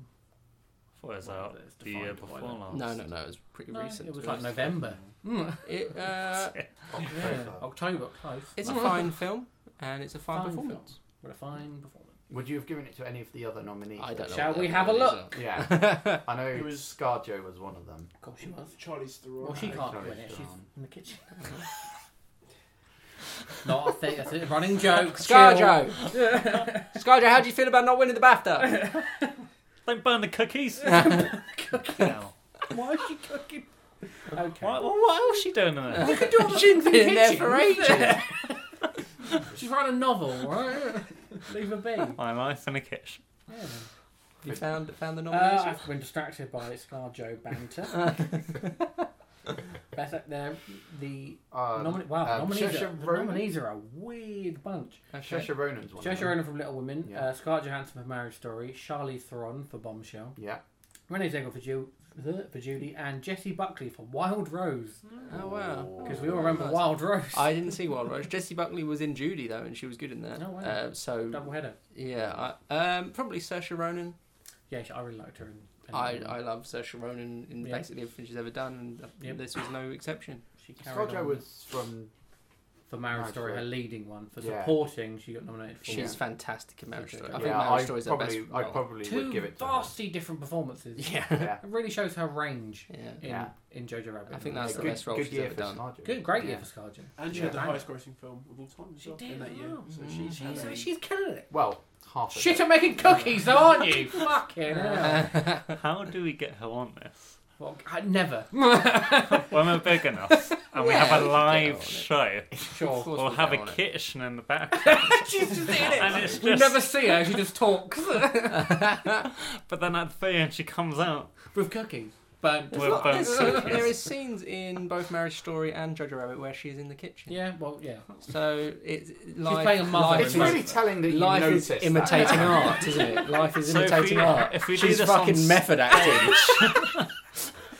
D: I thought it was
C: Well,
D: out
C: it's
D: the year
C: defined by
D: before
C: that.
D: Hmm. last.
B: No, no, no. It was pretty
C: No,
B: recent.
C: it was
B: to
C: like
B: be honest.
C: November. (laughs) Mm.
B: It,
C: (laughs)
B: uh,
C: Yeah,
A: October.
C: October, close.
B: it's a fine film, and it's a fine,
C: Fine
B: performance.
C: What a fine performance.
A: Would you have given it to any of the other nominees?
B: I don't know.
C: Shall
B: what
C: we
B: that
C: have a
B: is,
C: look?
B: uh,
A: Yeah.
B: (laughs)
A: I know
E: It
A: was...
E: was-
A: ScarJo was one of them.
C: Of course she was.
E: Charlie's the
C: Well, she
A: Right,
C: can't
A: Charlie's
C: win it. She's
A: gone.
C: in the
D: (laughs)
C: kitchen. Not a thing. That's a running joke.
B: Scarjo, (laughs) Scarjo, how do you feel about not winning the
C: (laughs)
B: BAFTA?
D: Don't burn the cookies. Now.
C: Chill. Why is she cooking? Okay.
D: What, what, what else she doing in there?
C: Look at all the things in
B: been in there
C: kitchen.
B: for
C: (laughs)
B: ages.
C: She's writing a novel, right? Leave her be. Yeah.
D: My life in a kitchen.
B: you found found the
C: Uh,
B: nomination.
C: I've been distracted by Scar Joe
A: (laughs)
C: banter. Best act there. The
A: Um,
C: nomina- wow,
A: um,
C: nominees,
A: Saoirse
C: are, the
A: Ronan.
C: nominees are a weird bunch.
B: Okay.
A: Saoirse Ronan's one. of
C: Saoirse
A: them.
C: Ronan from Little Women,
A: Yeah.
C: uh, Scarlett Johansson for Marriage Story, Charlize Theron for Bombshell,
A: Yeah.
C: Renee Zegel for, Ju- for Judy, and Jesse Buckley for Wild Rose.
B: Oh wow.
C: Because we all remember
B: Nice.
C: Wild Rose.
B: I didn't see Wild Rose. Jessie Buckley was in Judy though, and she was good in that.
C: Oh, wow.
B: uh, so
C: Double header.
B: yeah, I, um, probably Saoirse Ronan.
C: Yeah, I really liked her. In, in
B: I, I love Saoirse Ronan in
C: Yeah.
B: basically everything she's ever done, and uh,
C: Yep.
B: this was no exception.
C: she carried
A: ScarJo
C: on
A: was from.
C: for Marriage
A: Marriage
C: Story, her
A: Story.
C: leading one. For
A: Yeah.
C: supporting, she got nominated for.
B: She's fantastic in Marriage
C: She's
B: Story. I
C: good.
B: think
A: yeah,
B: Marriage
A: I
B: Story is her best.
A: probably, I
B: role.
A: probably
C: Two
A: would give it to her.
C: vastly different performances.
B: Yeah.
A: (laughs) Yeah.
C: It really shows her range
B: yeah.
C: in,
A: Yeah.
C: in Jojo Rabbit.
B: I think that's
A: Yeah,
B: the
A: good,
B: best role
A: good
B: she's
A: year
B: ever
A: for
B: done.
A: ScarJo.
C: Good, great
A: Yeah.
C: year for Scarjo.
E: And she
A: Yeah.
E: had the
A: Yeah.
E: highest grossing film of all time. as
C: She
E: well
C: did,
E: In that year.
C: wow.
E: So
B: Mm.
E: she's had
C: She's,
E: a-
C: she's killing it.
A: Well, half of
C: Shit,
A: it.
C: I'm making cookies, though, aren't
A: (laughs)
C: you? Fucking hell.
D: How do we get her on this?
C: Well, I- never.
D: When we're big enough and we have
B: Yeah,
D: a
B: we can
D: live
B: get
D: show,
B: (laughs)
A: (laughs)
B: Of
C: Sure.
B: course
D: we'll
B: we
D: have
B: can
D: a
B: on it.
D: kitchen in the back.
C: she's just in
D: And
C: it.
D: it's
C: You
D: just,
C: never see her, she
A: (laughs)
C: just talks. (laughs)
D: but then at three and she comes out
C: With cookies. Burnt.
D: with
B: Look,
D: bone
B: there's-
C: (laughs)
B: there
D: cookies.
B: is scenes in both Marriage Story and Jojo Rabbit where she's in the kitchen.
C: Yeah, well, yeah.
B: So it's life,
C: playing a mother
B: life
C: in
A: It's
B: is-
C: Ronan.
A: really telling that you
B: life
A: noticed
B: is
A: that. (laughs)
B: imitating art, isn't it? Life is
D: So if
B: imitating
D: we-
B: art.
D: if we do
B: She's
D: this
B: fucking
D: on
B: method acting.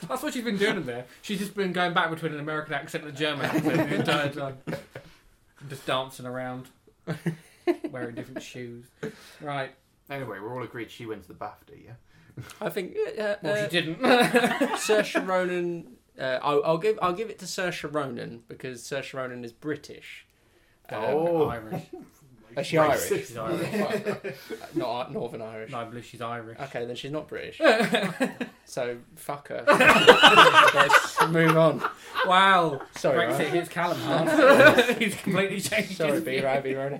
C: That's what she's been doing in there. She's just been going back between an American accent and a German accent the entire time. Just dancing around, wearing different shoes. Right.
A: Anyway, we're all agreed she wins the BAFTA, yeah?
B: I think uh,
C: Well,
B: uh,
C: she didn't.
B: (laughs) Saoirse Ronan. Uh, I'll, I'll give I'll give it to Saoirse Ronan because Saoirse Ronan is British. Um,
C: (laughs)
A: Oh.
C: Irish.
B: is she
A: Racist.
B: Irish?
C: She's Irish.
B: (laughs) Not Ar- Northern Irish.
C: No, I believe she's Irish. (laughs)
B: Okay, then she's not British. so fuck her. (laughs) Let's move on.
C: Wow.
B: Sorry,
C: Brexit
B: right?
C: hits Callum
B: (laughs)
C: Hart. He's completely (laughs) changed.
B: sorry,
C: his
B: B.
C: view.
B: Right, B. Ronan.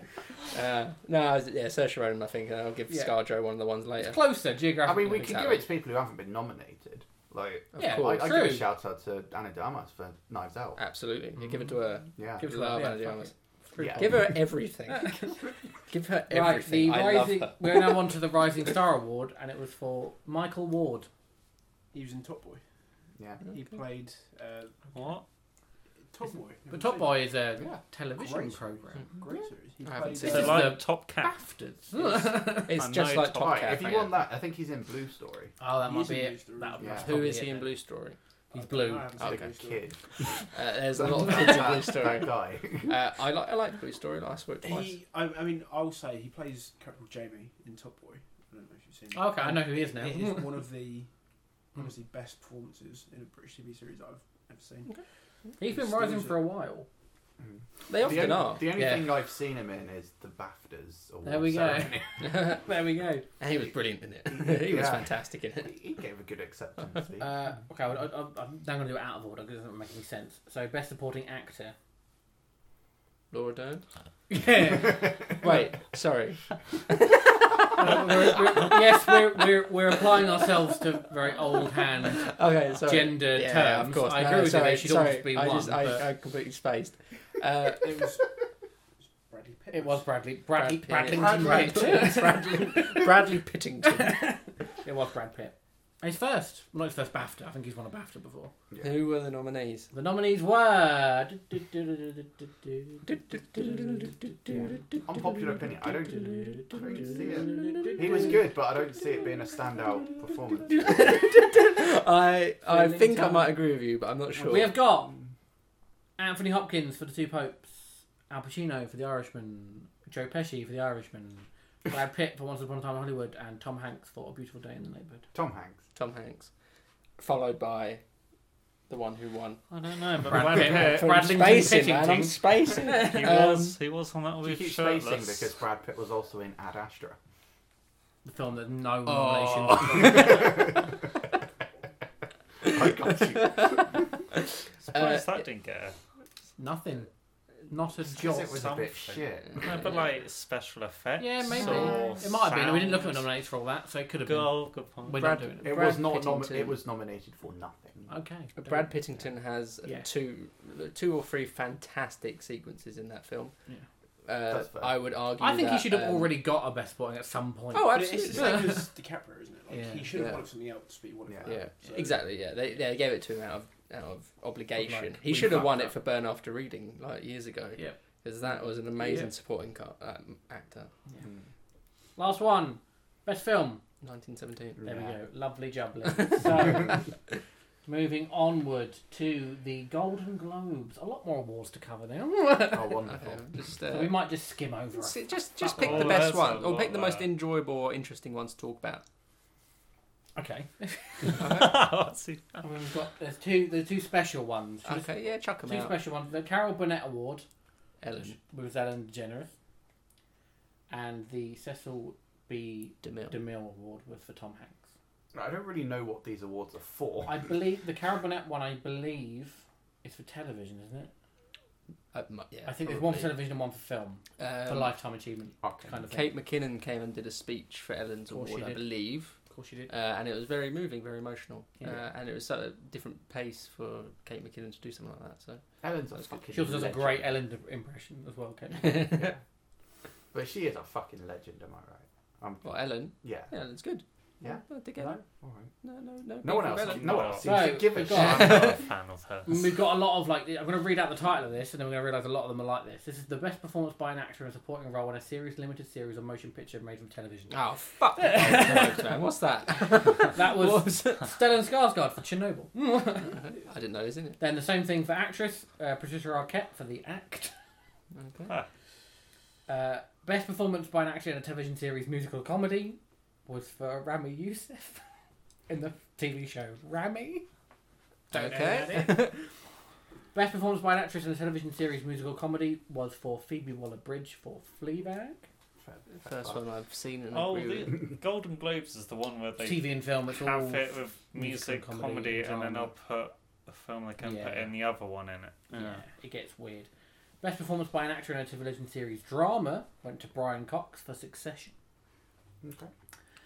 B: Uh, no, I was- yeah, Saoirse Ronan. I think and I'll give
C: Yeah.
B: ScarJo one of the ones
C: It's
B: later.
C: closer
A: I
C: geographically.
A: mean, we can
B: Exactly.
A: give it to people who haven't been nominated. Like,
B: Of
C: Yeah,
A: I,
B: course.
A: I
C: True.
A: give a shout out to Anna Damas for Knives Out.
B: Absolutely. You give it to her.
A: Yeah.
C: Give it to
B: Love
C: her.
B: Ana de
C: Yeah, fuck
B: Armas.
C: it. Proof
A: Yeah.
B: Give her everything. give her everything. I
C: Right, the
B: love
C: rising,
B: her.
C: we're now on to the Rising Star Award, and it was for Michael Ward.
E: He was in Top Boy.
A: Yeah.
E: He played uh,
D: What?
E: Top Boy.
C: But Top Boy is a
A: Yeah.
C: television
E: Great.
C: program.
E: Great series. He
B: I haven't
E: played-
B: seen
C: This
D: Is it
C: is
D: like
C: the-
D: Top Cat?
C: BAFTAs.
B: It's
D: I
B: just
D: know
B: like
D: Top
B: Top
A: Right,
B: Cat.
A: if you
B: yeah.
A: want that, I think he's in Blue Story.
C: oh, that
E: He
C: might
E: is
C: be
E: in Blue
C: it.
E: Story.
C: That'll be
A: Yeah.
B: Who
C: probably
B: is he
C: it
B: in
C: then.
B: Blue Story?
C: He's blue.
E: I haven't
A: He's
E: seen
A: like
E: Blue
A: a
E: Story.
A: kid.
B: Uh,
A: (laughs)
B: there's a (laughs) lot of kids in Blue Story.
A: That guy.
B: Uh, I like I like Blue Story. I saw it twice.
E: He, I, I mean, I'll say he plays a character called Jamie in Top Boy. I don't know if you've seen.
C: Okay, I know who he is now. (laughs)
E: It is one of the honestly best performances in a British TV series I've ever seen.
C: He's been rising for a while.
B: they
A: the
B: often
A: only,
B: are.
A: the only
B: yeah.
A: thing I've seen him in is the BAFTAs. award
C: There we go.
A: ceremony. (laughs)
C: there we go.
B: (laughs) and he was brilliant in it. he was
A: Yeah.
B: fantastic in it.
A: he gave a good
B: (laughs)
A: acceptance. speech. (laughs)
C: Uh, okay, I, I, I'm now going to do it out of order because it doesn't make any sense. So, best supporting actor.
B: Laura Dern.
C: Yeah.
B: Wait, sorry.
C: yes, we're, we're, we're applying ourselves to very old hand
B: (laughs) Okay, sorry.
C: gender
B: yeah,
C: terms.
B: of course.
C: I
B: No,
C: agree
B: no,
C: with you.
B: sorry,
C: There should
B: sorry.
C: always be
B: I
C: one.
B: just I,
C: but
B: I completely spaced. Uh,
E: It was Bradley Pitt.
C: it was Bradley. Bradley.
B: Brad Pitt. Brad
C: Bradlington Wright.
B: Pitt. Bradley, Bradley
C: (laughs)
B: Pittington,
C: It was Brad Pitt. His first, well, not his first BAFTA. I think he's won a BAFTA before.
A: Yeah.
B: who were the nominees?
C: The nominees were.
A: Unpopular opinion. I don't, I don't see it. He was good, but I don't see it being a standout performance.
B: (laughs) I I
C: Feeling
B: think I
C: time.
B: might agree with you, but I'm not sure.
C: We have got Anthony Hopkins for the Two Popes, Al Pacino for the Irishman, Joe Pesci for the Irishman, Brad Pitt for Once Upon a Time in Hollywood, and Tom Hanks for A Beautiful Day in the Neighborhood.
A: Tom Hanks.
B: Tom Hanks, followed by the one who won.
D: I don't know, but
C: Brad
D: Brad
C: Pitt.
D: Pitt.
B: From
C: Bradlington
B: spacing, man, I'm
A: (laughs)
C: Pittington.
B: spacing.
D: He
B: Um,
D: was he was on that
A: You
D: with
A: keep
D: shirtless.
A: spacing because Brad Pitt was also in Ad Astra.
B: (laughs)
C: The film that no nominations.
B: Oh.
A: I got you.
D: Surprised
B: uh,
D: that didn't get.
C: Nothing. Not a
A: Because
C: job.
A: it was a bit
D: Something.
A: shit.
D: A... No, but like special effects.
C: Yeah, maybe.
D: Or
C: it might have been. We didn't look at the
D: sounds.
C: nominations for all that, so it could have
D: Good,
C: been.
D: old- good point.
C: We're
A: Brad-
C: not doing it.
A: It
B: Brad
A: was not. Nom-
B: Pittington.
A: it was nominated for nothing.
C: Okay.
B: Brad Pittington has
C: Yeah.
B: two, two or three fantastic sequences in that film. Uh,
A: That's fair.
B: I would argue.
C: I think he
B: that,
C: should have
B: um,
C: already got a best supporting at some point.
B: Oh,
E: But it's
B: absolutely.
C: (laughs)
E: the same as DiCaprio, isn't it? Like,
C: Yeah.
E: He should have
B: Yeah.
E: won for something else, but he won it for
A: Yeah.
B: Yeah,
E: that. So-
B: exactly. Yeah, they, they gave it to him out of out of obligation.
C: Like,
B: he
C: we
B: should have
C: fucked
B: won
C: up.
B: it for Burn After Reading like years ago.
C: Yeah.
B: because that was an amazing
C: Yeah.
B: supporting car, um, actor.
A: Mm.
C: Last one. Best film.
B: 1917.
C: There
A: Yeah.
C: we go. Lovely
B: (laughs)
C: jubbly. So, moving onward to the Golden Globes. A lot more awards to cover now.
A: Oh, wonderful.
B: (laughs) Okay, just
C: so we
B: uh,
C: might just skim over.
B: s-
C: it.
B: just just pick
D: Oh,
B: the best
D: that's
B: one,
D: a
B: or pick
D: lot
B: the most
D: there.
B: enjoyable or interesting ones to talk
C: (laughs)
B: about.
C: Okay.
D: What's he-
C: I mean, we've got there's two there's two special ones. Should we just-
B: Okay, yeah, chuck them
C: Two
B: out.
C: special ones. The Carol Burnett Award,
B: Ellen
C: which was Ellen DeGeneres, and the Cecil B.
B: DeMille.
C: DeMille Award was for Tom Hanks.
A: I don't really know what these awards are for.
C: I believe the Carol Burnett one. I believe is for television, isn't it?
B: Uh, mu- yeah,
C: I think there's one for
B: probably.
C: television and one for film for
B: Um,
C: lifetime achievement
A: Okay.
C: kind of thing.
B: Kate McKinnon came and did a speech for Ellen's
C: Of course
B: award,
C: she
B: I
C: did.
B: believe.
C: Of course, you did.
B: uh, and it was very moving, very emotional,
C: Yeah.
B: uh, and it was at a different pace for Kate McKinnon to do something like that. So
A: Ellen's a
B: That's good.
A: fucking.
C: She also does a
A: legend.
C: great Ellen de- impression as well, Kate.
A: Yeah. But she is a fucking legend, am I right? I'm,
B: Well, Ellen,
A: yeah.
B: yeah, Ellen's good.
A: Yeah.
B: no, dig
A: No?
B: Ellen.
A: All right.
B: no, no, no.
A: No one
B: beef
A: else.
B: with Ellen.
A: No one else seems
C: So,
A: to give a
C: we've
A: shit.
C: got-
D: I'm not
A: (laughs)
D: a fan of her.
C: We've got a lot of like. I'm going to read out the title of this, and then we're going to realise a lot of them are like this. This is the best performance by an actor in a supporting role in a series, limited series, or motion picture made from (laughs) television.
B: Oh fuck! that joke, man. What's that? (laughs)
C: that was Stellan Skarsgård for Chernobyl.
B: I didn't know, isn't it?
C: then the same thing for actress uh, Patricia Arquette for The Act.
B: Okay.
D: Ah.
C: Uh, best performance by an actor in a television series, musical comedy, was for Rami Youssef (laughs) in the TV show Rami. Don't know
B: Okay.
C: who that is. Best performance by an actress in a television series musical comedy was for Phoebe Waller-Bridge for Fleabag.
B: (laughs) First one I've seen and
D: Oh,
B: agree with.
D: the Golden Globes is the one where they
C: TV and film, it's all
D: have it with music,
C: musical comedy,
D: comedy, and then
C: drama.
D: they'll put a film they can put
C: Yeah.
D: in the other one in it.
C: yeah, it gets weird. Best performance by an actor in a television series drama went to Brian Cox for Succession.
A: Okay.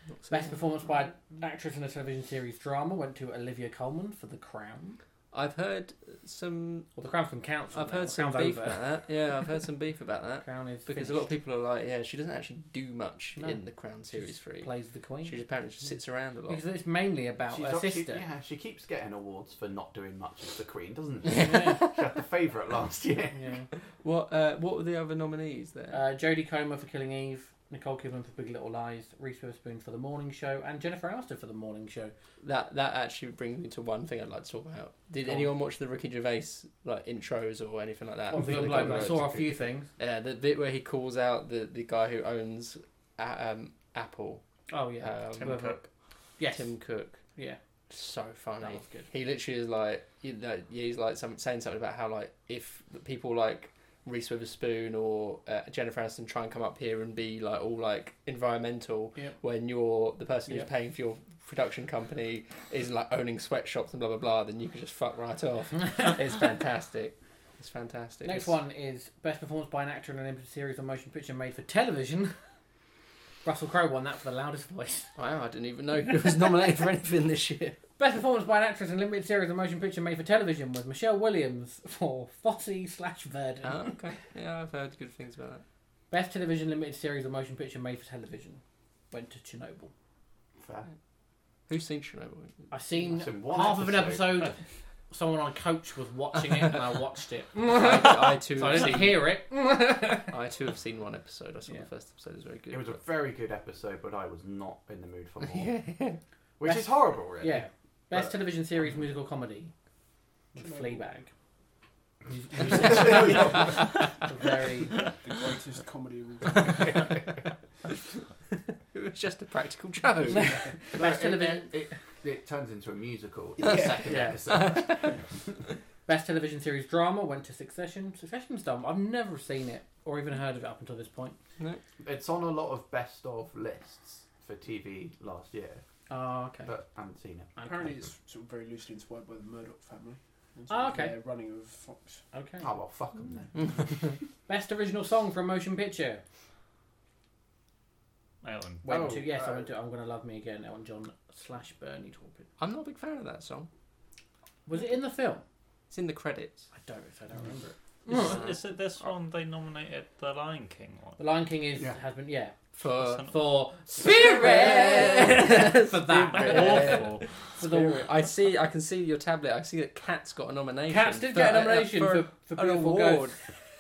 B: Not seen
C: Best
B: it.
C: performance by an actress in a television series drama went to Olivia Colman for The Crown.
B: I've heard some.
C: Well, The Crown's been cancelled.
B: I've
C: now.
B: heard
C: The
B: some
C: Crown's
B: beef
C: over.
B: about that. Yeah, I've heard some beef about
C: The
B: that
C: Crown is
B: because
C: finished.
B: a lot of people are like, yeah, she doesn't actually do much
C: No.
B: in the Crown series three.
C: plays the Queen
B: She just apparently just sits around a lot.
C: because it's mainly about
A: She's
C: her
A: not- (laughs) she-
C: sister.
A: yeah, she keeps getting awards for not doing much as the Queen, doesn't
C: (laughs)
A: she? she
C: Yeah.
A: had the favourite last year.
C: Yeah.
B: What uh, What were the other nominees there?
C: Uh, Jodie Comer for Killing Eve, Nicole Kidman for Big Little Lies, Reese Witherspoon for The Morning Show, and Jennifer Aniston for The Morning Show.
B: That that actually brings me to one thing I'd like to talk about. Did
C: Go on.
B: anyone watch the Ricky Gervais like intros or anything like that?
C: Well,
B: Uh, For the
C: like, I
B: Golden
C: saw a
B: Globes?
C: few things.
B: Yeah, the bit where he calls out the, the guy who owns a, um, Apple,
C: Oh yeah,
B: um,
D: Tim
C: whoever-
D: Cook.
C: yes,
B: Tim Cook.
C: yeah,
B: So funny.
C: that was good.
B: He literally is like, you know, yeah, he's like some, saying something about how like if the people like Reese Witherspoon or uh, Jennifer Aniston try and come up here and be like all like environmental,
C: Yep.
B: when you're the person who's
C: Yep.
B: paying for your production company is like owning sweatshops and blah blah blah, then you can just fuck right off. it's fantastic. It's fantastic. It's-
C: Next one is best performance by an actor in an limited series or motion picture made for television. (laughs) Russell Crowe won that for the loudest voice.
B: Wow, I didn't even
C: (laughs)
B: know he was nominated for anything this year.
C: Best performance by an actress in a limited series or motion picture made for television was Michelle Williams (laughs) for Fosse slash Verdon.
B: Oh, okay. Yeah, I've heard good things about that.
C: Best television limited series or motion picture made for television went to Chernobyl. (laughs)
A: Fair.
B: Who's seen Chernobyl?
C: I've seen
A: That's in one
C: half of an episode. (laughs) Someone on Coach was watching it, and I watched it.
B: (laughs) I, I too
C: So I
B: have
C: didn't
B: seen.
C: hear it.
B: I too have seen one episode. I saw
C: Yeah.
B: the first episode. It was very good.
A: It was a (laughs) very good episode, but I was not in the mood
C: (laughs)
A: for more.
B: (laughs) yeah.
A: Which is horrible, really.
C: Yeah. Best
A: But-
C: television series musical comedy. Fleabag.
A: (laughs)
C: (laughs) Very.
E: the
C: (laughs)
E: greatest comedy of all time.
B: It was just a practical joke.
A: No,
C: Best
A: it-
C: television-
A: It, it, it turns into a musical. in
B: Yeah.
A: the second
C: Yeah.
A: episode.
C: Best television series drama went to Succession. Succession's dumb. I've never seen it or even heard of it up until this point.
A: It's on a lot of best of lists for TV last year,
C: Oh, okay.
A: but I haven't seen it.
E: Apparently, it's sort of very loosely inspired by the Murdoch family. and
C: Ah,
E: sort of
C: okay.
E: Their running of Fox.
C: Okay. Mm.
A: Oh, well, fuck them then.
C: Best original song for a motion picture.
D: Elton.
C: Went
A: Oh,
C: to yes, I
A: uh,
C: went to. I'm gonna love me again. Elton John slash Bernie Taupin.
B: I'm not a big fan of that song.
C: Was it in the film?
B: It's in the credits.
C: I don't. I don't remember it.
D: Is, is it this one they nominated the Lion King one?
C: The Lion King is
A: Yeah.
C: has been yeah
B: For
C: for
B: Spirit!
C: for that
B: Spirit.
D: Awful.
C: for the
B: I see. I can see your tablet. I see that Cats got a nomination.
C: Cats did
B: for
C: get
B: a-
C: a nomination
B: for
C: for, for,
B: an
C: Beautiful
B: award.
C: Ghost.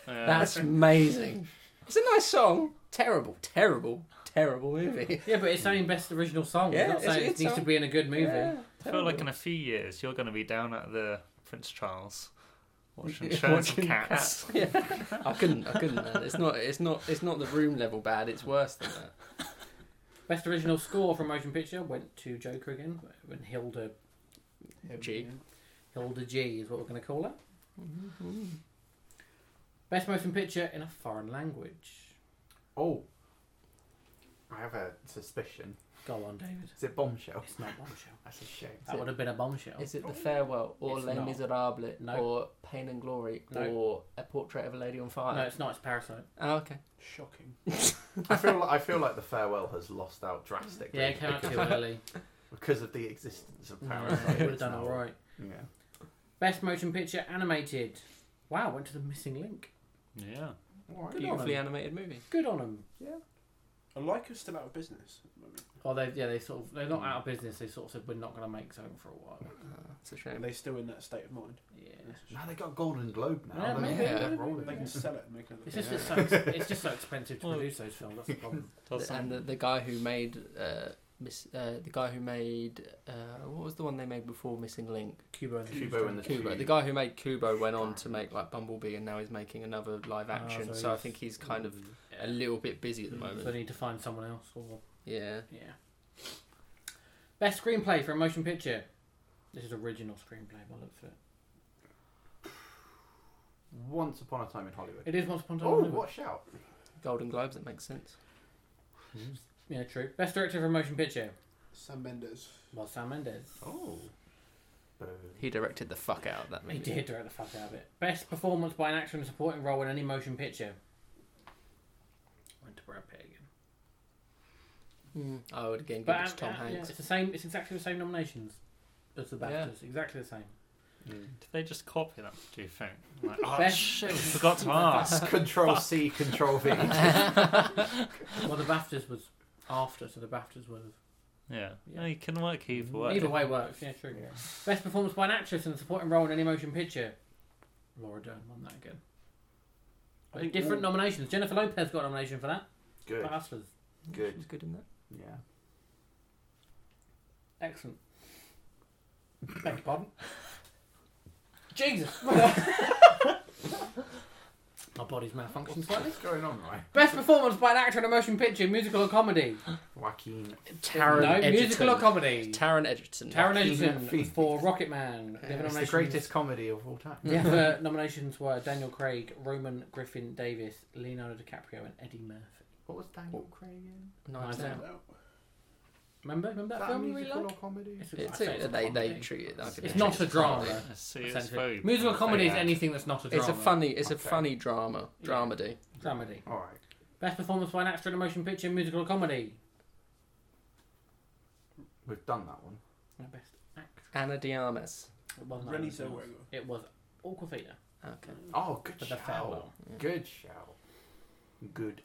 D: Yeah.
B: That's amazing. It's a nice song. Terrible, terrible, terrible movie.
C: Yeah, but it's saying best original song.
B: Yeah,
C: it's not
B: it's-
C: saying
B: it's
C: it needs
B: on-
C: to be in
B: (laughs)
C: a good movie.
B: Yeah,
D: I feel like
B: terrible.
D: in a few years you're going to be down at the Prince Charles watching
C: (laughs)
B: Yeah,
D: shows
B: watching
D: of cats.
B: Yeah. I couldn't. I couldn't. Man. It's not. It's not. It's not the room level bad. It's worse than that.
C: Best original score for motion picture went to Joker again. When Hilda
B: G.
E: uh,
C: Hilda G is what we're going to call her. Best motion picture in a foreign language.
A: Oh, I have a suspicion.
C: Go on, David.
A: Is it Bombshell?
C: It's not bombshell.
A: That's a shame.
C: That would have been a bombshell.
B: Is it the farewell or
C: Oh. It's
B: Les
C: not.
B: Miserables
C: No.
B: or Pain and Glory
C: No.
B: or A Portrait of a Lady on Fire?
C: No, it's not. It's Parasite.
B: Oh, okay.
E: Shocking.
A: I feel like, I feel like the farewell has lost out drastically.
C: Yeah, it came out
A: because, (laughs)
C: too early.
A: because of the existence of
C: No,
A: Parasite.
C: it would have
A: It's
C: done
A: now-
C: all right.
A: Yeah.
C: Best motion picture animated. Wow, went to the missing link.
A: All
D: Yeah.
A: right.
C: Good on
B: Beautifully
C: them.
B: animated movie.
C: Good on them.
E: I like us still out of business at the moment.
C: Or they, yeah, they sort of they're not out of business. They sort of said we're not going to make something for a while.
B: Ah, It's a
E: Are
B: shame.
E: they still in that state of mind?
C: Yeah,
E: That's a
A: Now they got a Golden Globe now.
C: Yeah,
A: They're-
B: maybe,
A: they're
C: maybe,
A: rolling
E: They
A: it.
E: can sell it and make another.
C: it's just
E: film.
C: it's so ex- it's just so expensive to
D: Well-
C: produce those films. That's the problem.
D: Doesn't-
B: and the, the guy who made uh, Miss, uh, the guy who made uh, what was the one they made before Missing Link?
C: Cuba and the
A: Kubo
C: Shoestring.
A: and the
B: Kubo. The guy who made Kubo went on to make like Bumblebee, and now he's making another live
C: Ah,
B: action.
C: so
B: so I
C: he's-
B: think he's kind of
C: Yeah. Mm.
B: a little bit busy at the moment.
C: So they need to find someone else. Or
B: yeah.
C: yeah. Best screenplay for a motion picture. This is original screenplay. By the looks of it.
A: Once Upon a Time in Hollywood.
C: It is Once Upon a Time. in
A: Oh,
C: Hollywood.
A: watch out.
B: Golden Globes. That makes sense.
C: Yeah, true. Best director for a motion picture
E: Sam Mendes.
C: was Sam Mendes.
A: Oh.
B: He directed the fuck out of that
C: He
B: movie.
C: did direct the fuck out of it. Best performance by an actor in a supporting role in any motion picture. Went to Brad Pitt again. Mm.
B: I would again give
C: But
B: it
C: um,
B: to Tom
C: uh, yeah,
B: Hanks.
C: it's the same. It's exactly the same nominations as the
B: Yeah.
C: BAFTAs. Exactly the same.
D: Did they just copy that? Do you think? Like, oh
C: Best-
D: shit! We forgot
C: (laughs)
D: to ask.
A: Control C, Control V.
C: Well, the BAFTAs was after, so the BAFTAs was
D: Yeah.
C: Yeah.
D: No, you can work either way.
C: either way works. Yeah, true. Best performance by an actress in a supporting role in any motion picture. Laura Dern won that again.
A: I think
C: Different nominations. Jennifer Lopez got a nomination for that.
A: Good,
C: For Hustlers.
B: She
A: good.
B: was good in that.
A: Yeah.
C: Excellent. Beg your pardon. (laughs) Jesus. My body's malfunctioning slightly.
A: What's going on, right?
C: Best performance by an actor in a motion picture, musical or comedy.
A: Joaquin.
B: Taron
C: no,
B: Egerton.
C: musical or comedy.
B: Taron Egerton.
C: Taron
A: Joaquin
C: Egerton
A: Phoenix.
C: for Rocket Man.
B: Yeah,
C: The other
A: It's the
C: nominations- (laughs)
A: greatest comedy of all time.
C: The other nominations were Daniel Craig, Roman Griffin Davis, Leonardo DiCaprio, and Eddie Murphy.
A: What was Daniel
C: Oh.
A: Craig in?
B: Knives
C: Knives
B: Out.
C: Out. Remember, remember
A: Is
C: that,
A: that a
C: film we really
A: musical
C: liked?
A: or comedy?
C: a-
B: It's
C: I say
B: a,
C: it's a
B: they, they
C: comedy.
B: treat it like
C: It's
B: a
C: not a drama.
D: I see, it's
C: essentially.
D: very-
C: Musical
D: very
C: comedy is
D: bad.
C: anything that's not a drama.
B: It's a funny. It's a
A: Okay.
B: funny drama.
C: Yeah.
B: Dramedy.
C: dramedy.
A: All right.
C: Best performance by an actor in a motion picture, musical, or comedy.
A: We've done that one.
C: No, best actor.
B: Ana de Armas.
C: It was not
E: Rennie
C: Alison Wilson.
E: Zellweger.
C: It was Awkward Theatre
B: Okay.
A: Oh, good
C: for the
A: shout.
C: farewell.
A: Good shout. Good shout.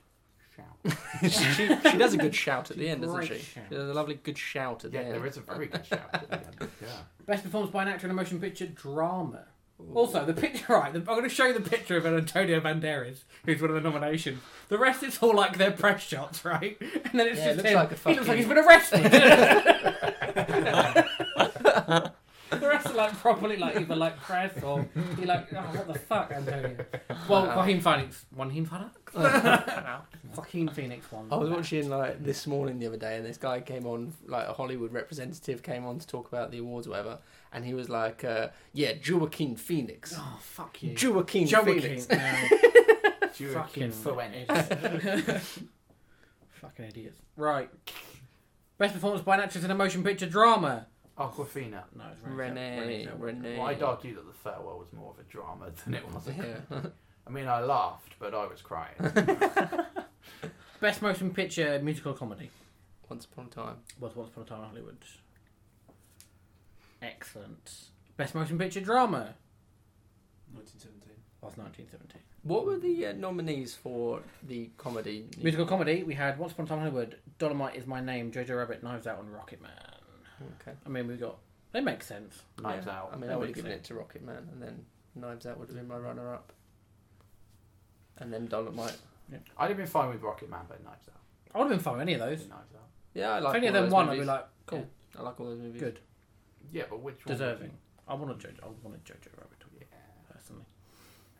B: she, she does a good shout at the end, doesn't she?
C: Great
B: She
C: shout.
B: does a lovely good shout at the
A: yeah,
B: end.
A: there is a very good shout. at the
B: (laughs)
A: end. Yeah.
C: Best performance by an actor in a motion picture drama. Also, the picture, right, the, I'm going to show you the picture of Antonio Banderas, who's one of the nominations. The rest, it's all like their press shots, right? (laughs) And then it's
B: Yeah, it
C: just
B: looks
C: him.
B: like a
C: He looks like
B: fucking-
C: (laughs) he's been arrested. the rest are like properly like either like press or you're like, oh, what the fuck, Antonio? Well, Joaquin Phoenix. Joaquin Phoenix? Joaquin Phoenix one.
B: (laughs) I was watching like this morning the other day, and this guy came on, like a Hollywood representative came on to talk about the awards, or whatever, and he was like, uh, "Yeah, Joaquin Phoenix,
C: Oh, fuck you.
B: Joaquin
C: Joaquin.
B: Phoenix."
C: (laughs) No.
A: Joaquin Phoenix.
B: (laughs)
C: idiots. Fucking idiots. Right. Best performance by an actress in a motion picture drama.
A: Aquafina.
C: No, it's
B: Renee, Renee.
A: Well, I'd argue that the farewell was more of a drama than it was. A
B: Yeah. (laughs)
A: I mean, I laughed, but I was crying.
C: Best motion picture musical comedy
B: Once upon a time.
C: was Once Upon a Time in Hollywood. Excellent. Best motion picture drama
E: 1917.
C: was 1917.
B: What were the uh, nominees for the comedy?
C: Musical comedy, we had Once Upon a Time in Hollywood, Dolomite is My Name, Jojo Rabbit, Knives Out, and Rocket Man.
B: Okay.
C: I mean, we got. They make sense.
A: Knives
B: Yeah.
A: out.
B: I mean, I
C: That
B: would have
C: makes
B: given it to Rocket Man, and then Knives Out would have been my runner-up, and then Dolomite.
A: I'd have been fine with Rocket Man, but Knives Out.
C: I would have been fine with any of those.
A: Knives out.
B: Yeah, I like.
C: if
B: all
C: any of them
B: those
C: won, I'd
B: movies.
C: be like, cool,
B: I like all those movies.
C: good,
A: Yeah, but which one?
C: deserving. I want to judge. I want to judge it Rabbit
A: would you- Yeah.
C: personally.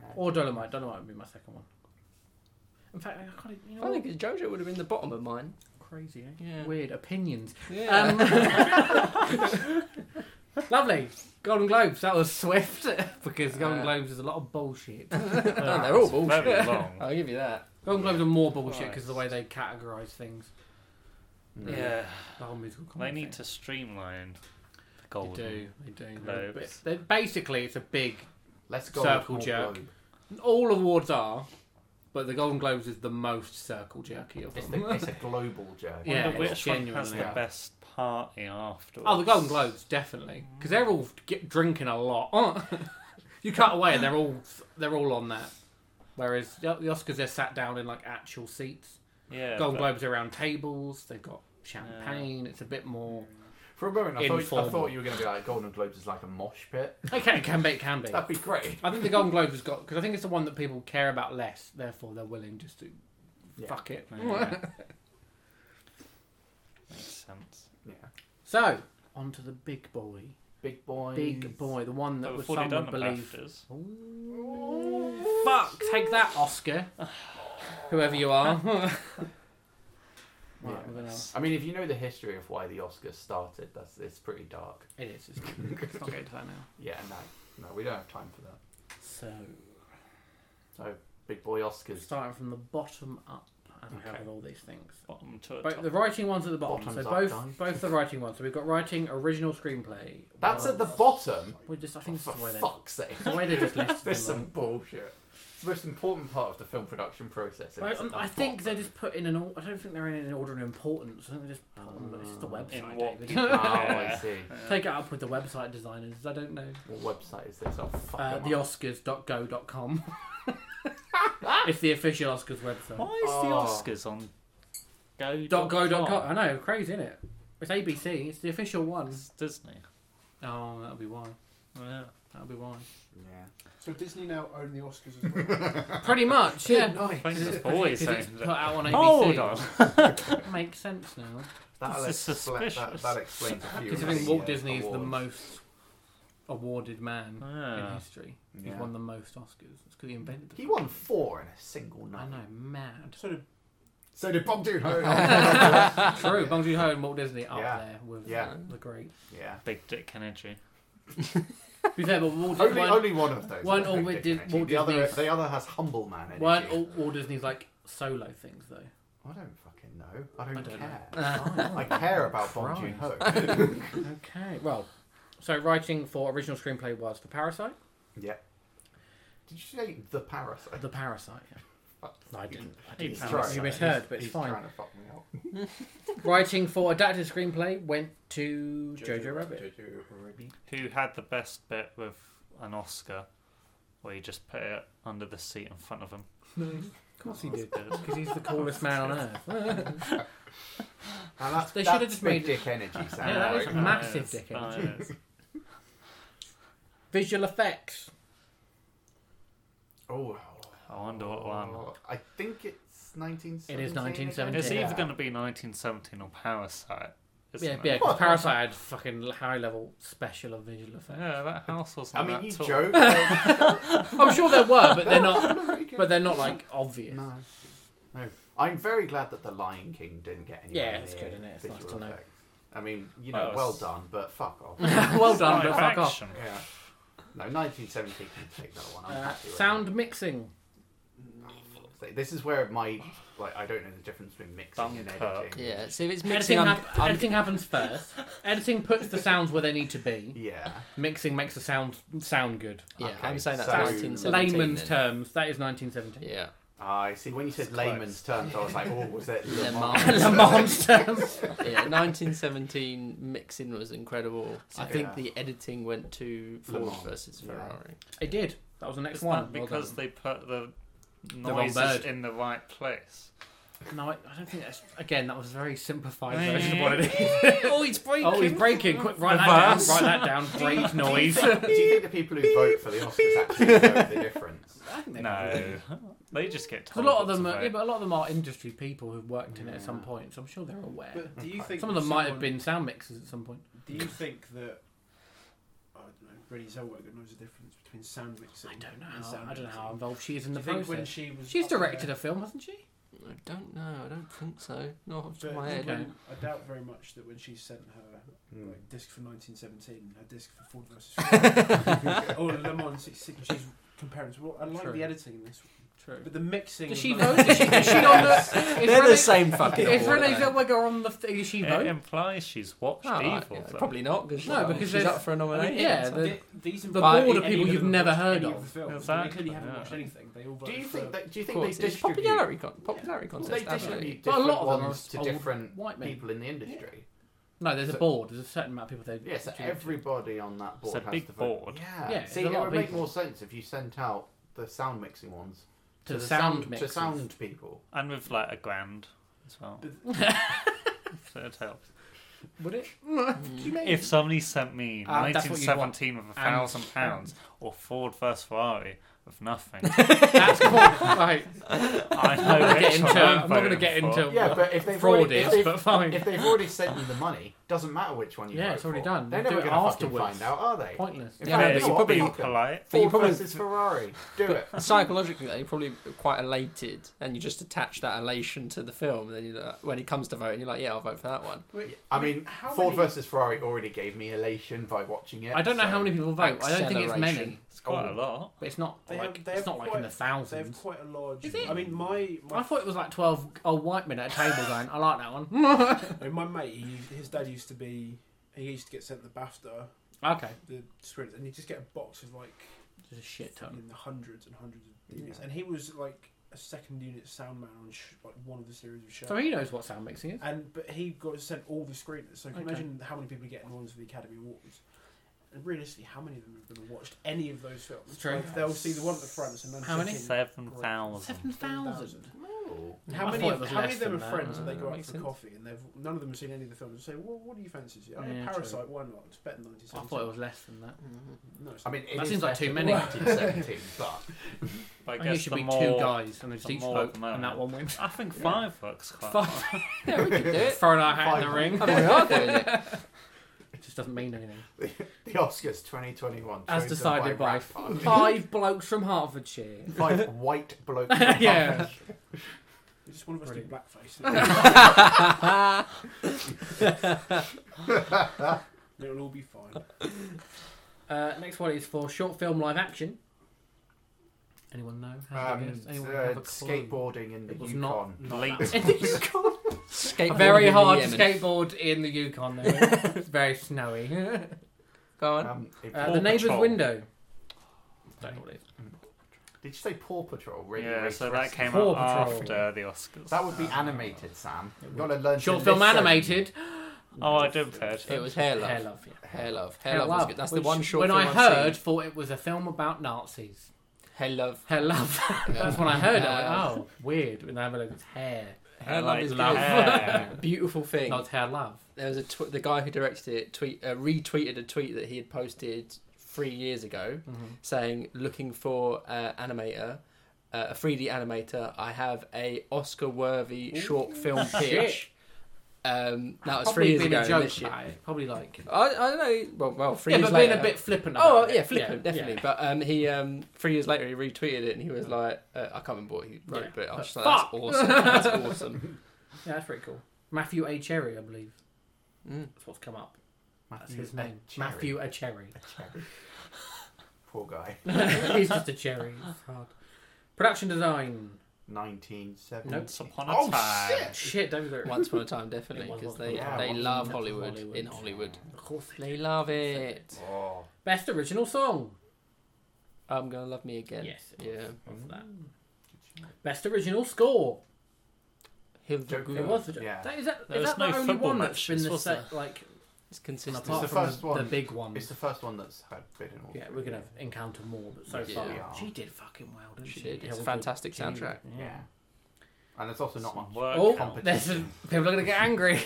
A: Uh,
C: Or Dolomite. Dolomite would be my second one. In fact, I can't. You know,
B: I
C: what?
B: think JoJo would have been the bottom of mine.
C: crazy. Eh?
B: Yeah.
C: Weird opinions.
B: Yeah.
C: (laughs) Um, (laughs) lovely. Golden Globes. That was swift (laughs) because Golden
B: Uh,
C: Globes is a lot of bullshit.
B: (laughs) No, they're all bullshit.
D: Very long.
B: (laughs) I'll give you that.
C: Golden Globes are more bullshit
D: Right.
C: because of the way they categorise things.
A: mm.
D: Yeah,
C: The whole musical.
D: they
C: comedy
D: need
C: thing.
D: to streamline the
C: They
D: golden.
C: do. They do.
D: Globes.
C: They're, basically, it's a big
A: Let's go.
C: Circle
A: with Paul
C: jerk.
A: Globe.
C: All awards are, but the Golden Globes is the most circle jerky of
A: It's,
C: them. (laughs)
A: the, it's a global jerk.
D: I wonder
C: Yeah,
D: which
C: it's
D: one has
C: genuinely-
D: the
A: Yeah.
D: best party afterwards.
C: oh, the Golden Globes definitely, because they're all get, drinking a lot. aren't they? (laughs) you cut away, and they're all they're all on that. Whereas the the Oscars, they're sat down in like actual seats.
D: Yeah,
C: Golden
D: but-
C: Globes are around tables. They've got champagne. It's a bit more.
A: For a moment, I thought, I
C: Informal.
A: thought you were going to be like Golden Globes is like a mosh pit.
C: Okay, it can be, it can be.
A: That'd be great.
C: I think the Golden Globe has got because I think it's the one that people care about less. Therefore, they're willing just to
A: Yeah.
C: fuck it.
D: Yeah. (laughs) Makes sense.
A: Yeah.
C: (laughs) So on to the big boy,
A: Big boy.
C: big boy, the one that
D: But
C: would
D: before they've done
C: someone
D: the
C: believe
D: BAFTAs,
C: Fuck, take that, Oscar. Whoever you (laughs) are. right,
A: Yeah.
C: we're gonna-
A: I mean, if you know the history of why the Oscars started, that's it's pretty
C: (laughs)
A: dark.
C: It is. It's, let's not get to that now.
A: Yeah, no, no, we don't have time for that.
C: So,
A: So, big boy Oscars.
C: starting from the bottom up, as we have
D: Okay.
C: with all these things.
D: bottom to a
C: Both,
D: top.
C: the writing ones at the bottom.
A: Bottoms
C: so
A: up,
C: both
A: guys.
C: both the writing ones. So we've got writing, original screenplay.
A: That's
C: Well,
A: at the bottom.
C: We just I
A: For
C: think it's the way they. (laughs)
A: fuck's sake.
C: The way they just listed
A: (laughs) There's
C: them.
A: some bullshit. the most important part of the film production process. and
C: I,
A: it's
C: um,
A: done
C: I think
A: properly.
C: they just put in an. or- I don't think they're in an order of importance. I think they just put them. but It's just the
A: In
C: website.
D: what-
A: Oh,
C: David.
A: I see.
C: (laughs) Take it up with the website designers. I don't know.
A: What website is this? Oh, fuck.
C: Uh,
A: am I- (laughs)
C: TheOscars.go.com. (laughs) it's the official Oscars website.
D: Why is the
A: Oh.
D: Oscars on go
C: Ah. Dot go dot com. I know, crazy, isn't it? It's ABC. It's the official one.
D: It's Disney.
C: Oh, that'll be why.
D: Yeah.
C: That'll
A: (laughs)
C: be why.
A: Yeah.
E: So Disney now own the Oscars as well.
C: Pretty much, (laughs) yeah.
E: Nice.
D: Thanks
C: Is it-
D: for always
C: Because it's
D: saying
C: put
D: that.
C: out on ABC.
D: Hold on.
C: Makes sense now.
A: That'll
D: This is
A: expla- that,
D: suspicious.
A: that explains a few.
C: Because I
A: of
C: think
A: the,
C: Walt
A: uh,
C: Disney is the
A: awards.
C: most awarded man in
D: Yeah.
C: history.
A: Yeah.
C: He's won the most Oscars. It's because he invented the
A: He won four in a single
C: I
A: night.
C: know,
A: (laughs)
C: mad. (laughs)
E: So did
A: So did Bob Dylan.
C: True, Bong Joon Ho and Walt Disney up
A: Yeah.
C: there with
A: Yeah.
C: the great.
A: yeah.
D: Big dick energy.
C: To be fair, but Walt
A: Only,
C: Disney, one,
A: only one of those.
C: one
A: is
C: all
A: Big Dick
C: with Dis-
A: Energy.
C: Walt
A: the other,
C: Disney's-
A: the other has humble man energy.
C: one all, Walt Disney's like solo things though.
A: I don't fucking know. I don't,
C: I don't
A: care.
C: know.
A: I care about Bong Joon Ho.
C: (laughs) Okay, well, so writing for original screenplay was for Parasite.
A: yeah. Did you say the parasite?
C: The Parasite. yeah.
A: Fuck.
C: No, I didn't. I
D: He's
C: didn't.
A: trying.
C: Parasite. You misheard, but it's
A: He's
C: fine.
A: trying to fuck me up.
C: Writing for adapted screenplay went to Jojo, Rabbit.
A: Jojo Rabbit.
D: Who had the best bit with an Oscar where you just put it under the seat in front of him?
C: Of course he did,
D: Good.
A: (laughs)
C: because he's the coolest man on earth.
A: And that's,
C: They
A: that's
C: should've just
A: big
C: made-
A: dick energy sound.
C: Yeah, that is
A: right?
C: massive
D: That is-
C: dick
D: that is.
C: Visual effects.
A: Oh,
D: I wonder
C: (laughs)
D: what one.
A: I think it's 1917.
C: It is 1917.
D: It's
A: again.
D: either going to be 1917 or Parasite. Isn't
C: Yeah,
D: it?
C: yeah, 'cause
A: Well,
C: Parasite had fucking high level special and visual effects.
D: Yeah, that house was.
A: I mean, you
D: that tall.
A: joke.
D: (laughs)
A: but-
C: I'm sure there were, but they're not. (laughs) But they're not like obvious.
A: no. No. I'm very glad that The Lion King didn't get any. uh,
C: Yeah, it's good, isn't it? It's nice to know.
A: I mean, you
D: Well,
A: know,
D: it's-
A: well done, but fuck
C: (laughs)
A: off. yeah.
C: (laughs) well done, but
D: Live
C: fuck off.
D: action.
A: No, 1917 can take that one. I'm
C: Uh,
A: happy with
C: sound mixing.
A: that. This is where my like I don't know the difference between mixing and
D: Dunkirk.
A: editing.
B: Yeah, so if it's
C: Editing,
B: mixing, I'm,
C: hap-
B: I'm,
C: editing happens (laughs) first. Editing puts the sounds where they need to be.
A: Yeah.
C: Mixing makes the sound sound good.
B: yeah,
A: Okay,
B: I'm saying that's
A: so-
B: 1917.
C: Layman's
B: then.
C: terms, that is 1917.
B: Yeah.
A: I see. When you said
D: It's close.
A: layman's terms, I was like, oh, was
C: (laughs)
A: that
B: Le
A: Mans?
B: Mans.
C: Lamont's terms.
A: (laughs)
B: yeah, 1917 mixing was incredible. I think
A: Yeah.
B: the editing went to
A: Le
B: Ford
A: Mans.
B: versus
A: Yeah.
B: Ferrari.
C: It did. That was the next
D: Is
C: one.
D: that
C: Well
D: because
C: done.
D: they put the
C: wrong
D: noises
C: bird.
D: in the right place?
C: No, I, I don't think that's. Again, that was a very simplified
D: Eh.
C: version of what it is.
B: (laughs) oh, he's breaking.
C: (laughs) Oh, he's breaking. Quick, write that down. Write that down.
A: (laughs)
C: Brake noise.
A: Do you think the people who vote for the Oscars actually know the difference?
D: No, they just get
C: A
D: told.
C: lot of
D: what to
C: them, are,
D: vote.
C: yeah, but a lot of them are industry people who've worked in it at some point, so I'm sure they're aware.
E: But do you think
C: some of them might have
E: someone-
C: been sound mixers at some point.
E: Do you think that I don't know, Renee Zellweger knows the difference between sound mixing?
C: I don't know.
E: and
C: How,
E: sound
C: I don't know
E: mixing?
C: how involved she is in the
E: Do you think when
C: process.
E: she was
C: She's
E: up there-
C: directed a film, hasn't she?
B: I don't know. I don't think so. Not off the top
E: But
B: of my head.
C: okay.
E: I doubt very much that when she sent her
A: Hmm.
E: like, disc for 1917 and her disc for Ford
C: (laughs)
E: versus Ferrari, or Le Mans 66, she's comparing. to- Well, I like
C: True.
E: the editing in this,
C: True.
E: but the mixing.
C: Does
E: of
C: she
E: those-
C: vote? Is she, is she on (laughs) the? Is
B: They're
C: Renee-
B: the same fucking.
C: Is
B: award,
C: Renee
B: though.
C: Zellweger on the? Is she
D: It
C: vote? Ah,
D: implies she's watched
B: Oh, right,
D: Evil.
B: yeah,
D: though.
B: probably not because
C: No,
B: no,
C: because
B: because she's
C: there's-
B: up for a
C: I
B: nomination.
C: mean, yeah,
B: so-
C: the-
E: these
C: the
E: employees-
B: board of
E: any
C: people
E: them
C: you've
E: have
C: never
E: watched
C: heard
E: any
C: of.
E: the films, and
D: Exactly,
E: They clearly haven't
D: yeah.
E: watched anything. They all vote
A: Do you
E: for
A: think that? Do you think
B: of
A: they
B: course, it's
A: distribute?
B: popularity, con- popularity contest.
A: They
B: absolutely.
A: distribute
C: But a
A: different
C: lot of them
A: ones
C: are
A: to
C: old
A: different
C: white men.
A: people in the industry.
C: No, there's a
A: So-
C: board. There's a certain amount of people they.
A: Yes,
C: they-
A: everybody on that board.
D: a
A: has
D: big
A: to vote.
D: board.
A: Yeah. See,
C: Yeah, it's a
A: it
C: lot
A: would
C: of
A: make
C: people.
A: more sense if you sent out the sound mixing ones
C: to the sound
A: to
C: mixers.
A: sound people.
D: And with like a grand as well. so it helps.
C: Would it?
D: If somebody sent me
C: Ah, that's what you'd want.
D: 1917 with a thousand pounds or Ford versus Ferrari with
C: (laughs)
D: nothing,
B: Mm.
C: (laughs) That's cool.
B: (laughs)
C: Right.
D: (laughs) I know
C: gonna get
D: which
C: into-
D: one
C: I'm not
D: voting
C: gonna get
D: for.
C: into-
A: Yeah, but if they've
C: Fraud
A: already, if
C: is,
A: they've,
C: but fine.
A: if they've already sent you the money, doesn't matter which one you
C: Yeah,
A: vote
C: it's already
A: for.
C: done.
A: They're
C: Do
A: never
C: it
A: going to fucking
C: afterwards.
A: find out, are they?
C: Pointless.
A: In
B: Yeah,
A: fact,
D: Yeah,
A: you
B: but
D: you
A: know what?
D: probably
A: Fuck 'em.
D: polite.
B: But you
A: Ford
B: probably-
A: versus Ferrari. Do it.
B: (laughs) Psychologically, they're probably quite elated, and you just attach that elation to the film. And then you, uh, when it comes to voting, you're like, "Yeah, I'll vote for that one."
C: (laughs)
A: I mean,
E: How
A: Ford
E: many-
A: versus Ferrari already gave me elation by watching it.
C: I don't know
A: so-
C: how many people vote. I don't think it's many,
B: Acceleration.
D: It's quite
A: Oh.
D: a lot.
C: but it's not
E: They
C: like
E: have- they
C: it's
E: have
C: not like in
E: quite-
C: the
E: They have
C: thousands.
E: quite a large.
C: Is it?
E: I mean, my my
C: I thought it was like twelve old white men at a table going, "I like that one."
E: (laughs) (laughs) I mean, my mate, he, his dad used to be. He used to get sent the BAFTA,
C: okay.
E: the script, and he'd just get a box of like
B: Just a shit ton.
E: in the hundreds and hundreds of units.
A: Yeah.
E: And he was like a second unit sound man on sh- like one of the series of shows.
C: So he knows what sound mixing is.
E: And but he got sent all the screeners. So can you
C: Okay.
E: imagine how many people are getting ones for the Academy Awards. And realistically, how many of them have even watched any of those films?
C: It's true.
E: Like, they'll see the one at the front. And then
C: How many?
E: thinking,
D: Seven
E: Great.
D: thousand.
B: Seven thousand.
E: 7,000.
A: Oh.
E: And How
C: I
E: many,
C: thought
E: of,
C: it was
E: how many
C: less
E: of them are
C: than that.
E: friends and they
B: Uh,
E: go out for
B: makes sense.
E: coffee and they've none of them have seen any of the films and say, well, what do you fancy? Yeah,
B: Yeah, true.
E: Parasite, why not? It's better than
C: I
E: 1970.
C: thought it was less than that.
E: No, it's
A: I mean, it
B: That
A: is
B: seems like
A: better than
B: too many.
C: (laughs)
A: 1917, but
D: But I
C: I think it
D: guess
C: should
D: the
C: be
D: more.
C: two guys and they just
D: the
C: each
D: more
C: vote
D: the
C: and that
D: merrier.
C: one wins.
D: I think five looks quite.
C: Five.
B: Yeah, we could do it.
C: Throwing our hat in
A: Five.
C: the ring.
B: I mean, Oh, we are doing it.
C: (laughs) It just doesn't mean anything.
A: (laughs) the Oscars 2021,
C: As
A: chosen
C: decided by
A: Rat Party.
C: five blokes from Hertfordshire.
E: (laughs)
A: five white blokes.
C: (laughs) Yeah.
E: It's Just one of us do
C: Brilliant. (laughs)
E: blackface. It'll all be fine.
C: (laughs) Uh, next one is for short film live action. Anyone know? Have a
A: Um,
C: guess? Anyone
A: uh,
C: have a clue?
A: skateboarding in the
C: It was
A: Yukon.
D: Bleak.
C: In the Yukon.
B: Skateboarding
C: Very
B: in the
C: hard to
B: Yemen.
C: skateboard in the Yukon. Though. it's very snowy.
B: Go on.
A: Um, it-
C: Uh,
D: Paw
C: the neighbour's
D: Patrol.
C: window. Don't know what it is.
A: did you say Paw Patrol? Really?
D: yeah,
A: really
D: so that
A: stressful?
D: came
C: Paw
D: out
C: Patrol.
D: after the Oscars.
A: That would be animated, Sam. You've got to learn.
C: Oh. Short
A: to
C: film
A: listen.
C: animated.
D: oh, I did pay
B: It was Hair Love.
C: Hair love. Yeah.
B: Hair Love. Hair Love was good. That's the
C: which,
B: one short
C: When
B: film
C: I
B: I've
C: heard,
B: seen.
C: thought it was a film about Nazis.
B: Hair Love.
C: Hair love. (laughs) That's when I heard it. I went, oh, weird. And I have a look. It's hair.
B: Hair Love is
C: love.
D: hair.
B: good. Beautiful thing.
C: (laughs) Not
B: (laughs)
C: hair love.
B: There was a tw- the guy who directed it tweet uh, retweeted a tweet that he had posted three years ago saying looking for uh, animator. Uh, a 3D animator. I have a Oscar-worthy short film pitch. Um, that was three
C: Probably
B: years
C: been
B: ago.
C: a joke
B: this year.
C: about it. Probably like.
B: I, I don't know. Well, well, three
C: Yeah,
B: years
C: but
B: later.
C: being a bit flippant.
B: Oh
C: about
B: yeah,
C: it.
B: flippant, definitely.
C: yeah.
B: But um, he um, three years later he retweeted it and he was like, uh, I can't remember what he wrote,
C: Yeah.
B: but I was just like,
C: Fuck!
B: that's awesome. That's
C: (laughs)
B: awesome.
C: Yeah, that's pretty cool. Matthew A. Cherry, I believe.
B: Mm.
C: That's what's come up. That's
A: Matthew
C: his name.
A: A. Cherry.
C: Matthew A. Cherry. (laughs)
A: Poor guy.
C: He's just a cherry. It's hard. Production design.
A: 1970.
D: Once upon a
A: Oh
D: time.
A: shit!
C: Shit, don't get it.
B: Once upon a time,
C: It
B: definitely,
C: was
B: because
C: Once
A: Upon
B: they
A: a Time.
B: they
A: Yeah,
B: love
C: Once Upon a Time.
B: Hollywood, in Hollywood.
C: Hollywood. Of course
B: They love it.
A: Oh,
C: Best original song.
B: I'm gonna love me again.
C: Yes. it
B: Yeah.
C: was. Of that.
A: good
C: Best original score.
B: Hilda
A: Joker.
C: It
B: Good.
C: was. The,
A: Mm. Yeah.
C: that, is that, is
D: There was
C: that
D: no
C: the only
D: football
C: one that's been
D: matches,
C: the
D: was
C: set, like
B: It's consistent.
C: apart
A: the
C: from
A: first
C: the,
A: one.
C: the big
A: It's
C: ones?
A: the first one that's had been in all.
C: Yeah, we're gonna encounter more, but so
B: Yeah.
C: far
A: Yeah.
C: she did fucking well, didn't she?
B: She did. It's a
C: Held
B: fantastic
C: it. She did.
B: soundtrack.
A: Yeah. And there's also not
D: Some
A: much.
D: work
C: Oh,
D: help.
C: there's a, people are gonna get angry.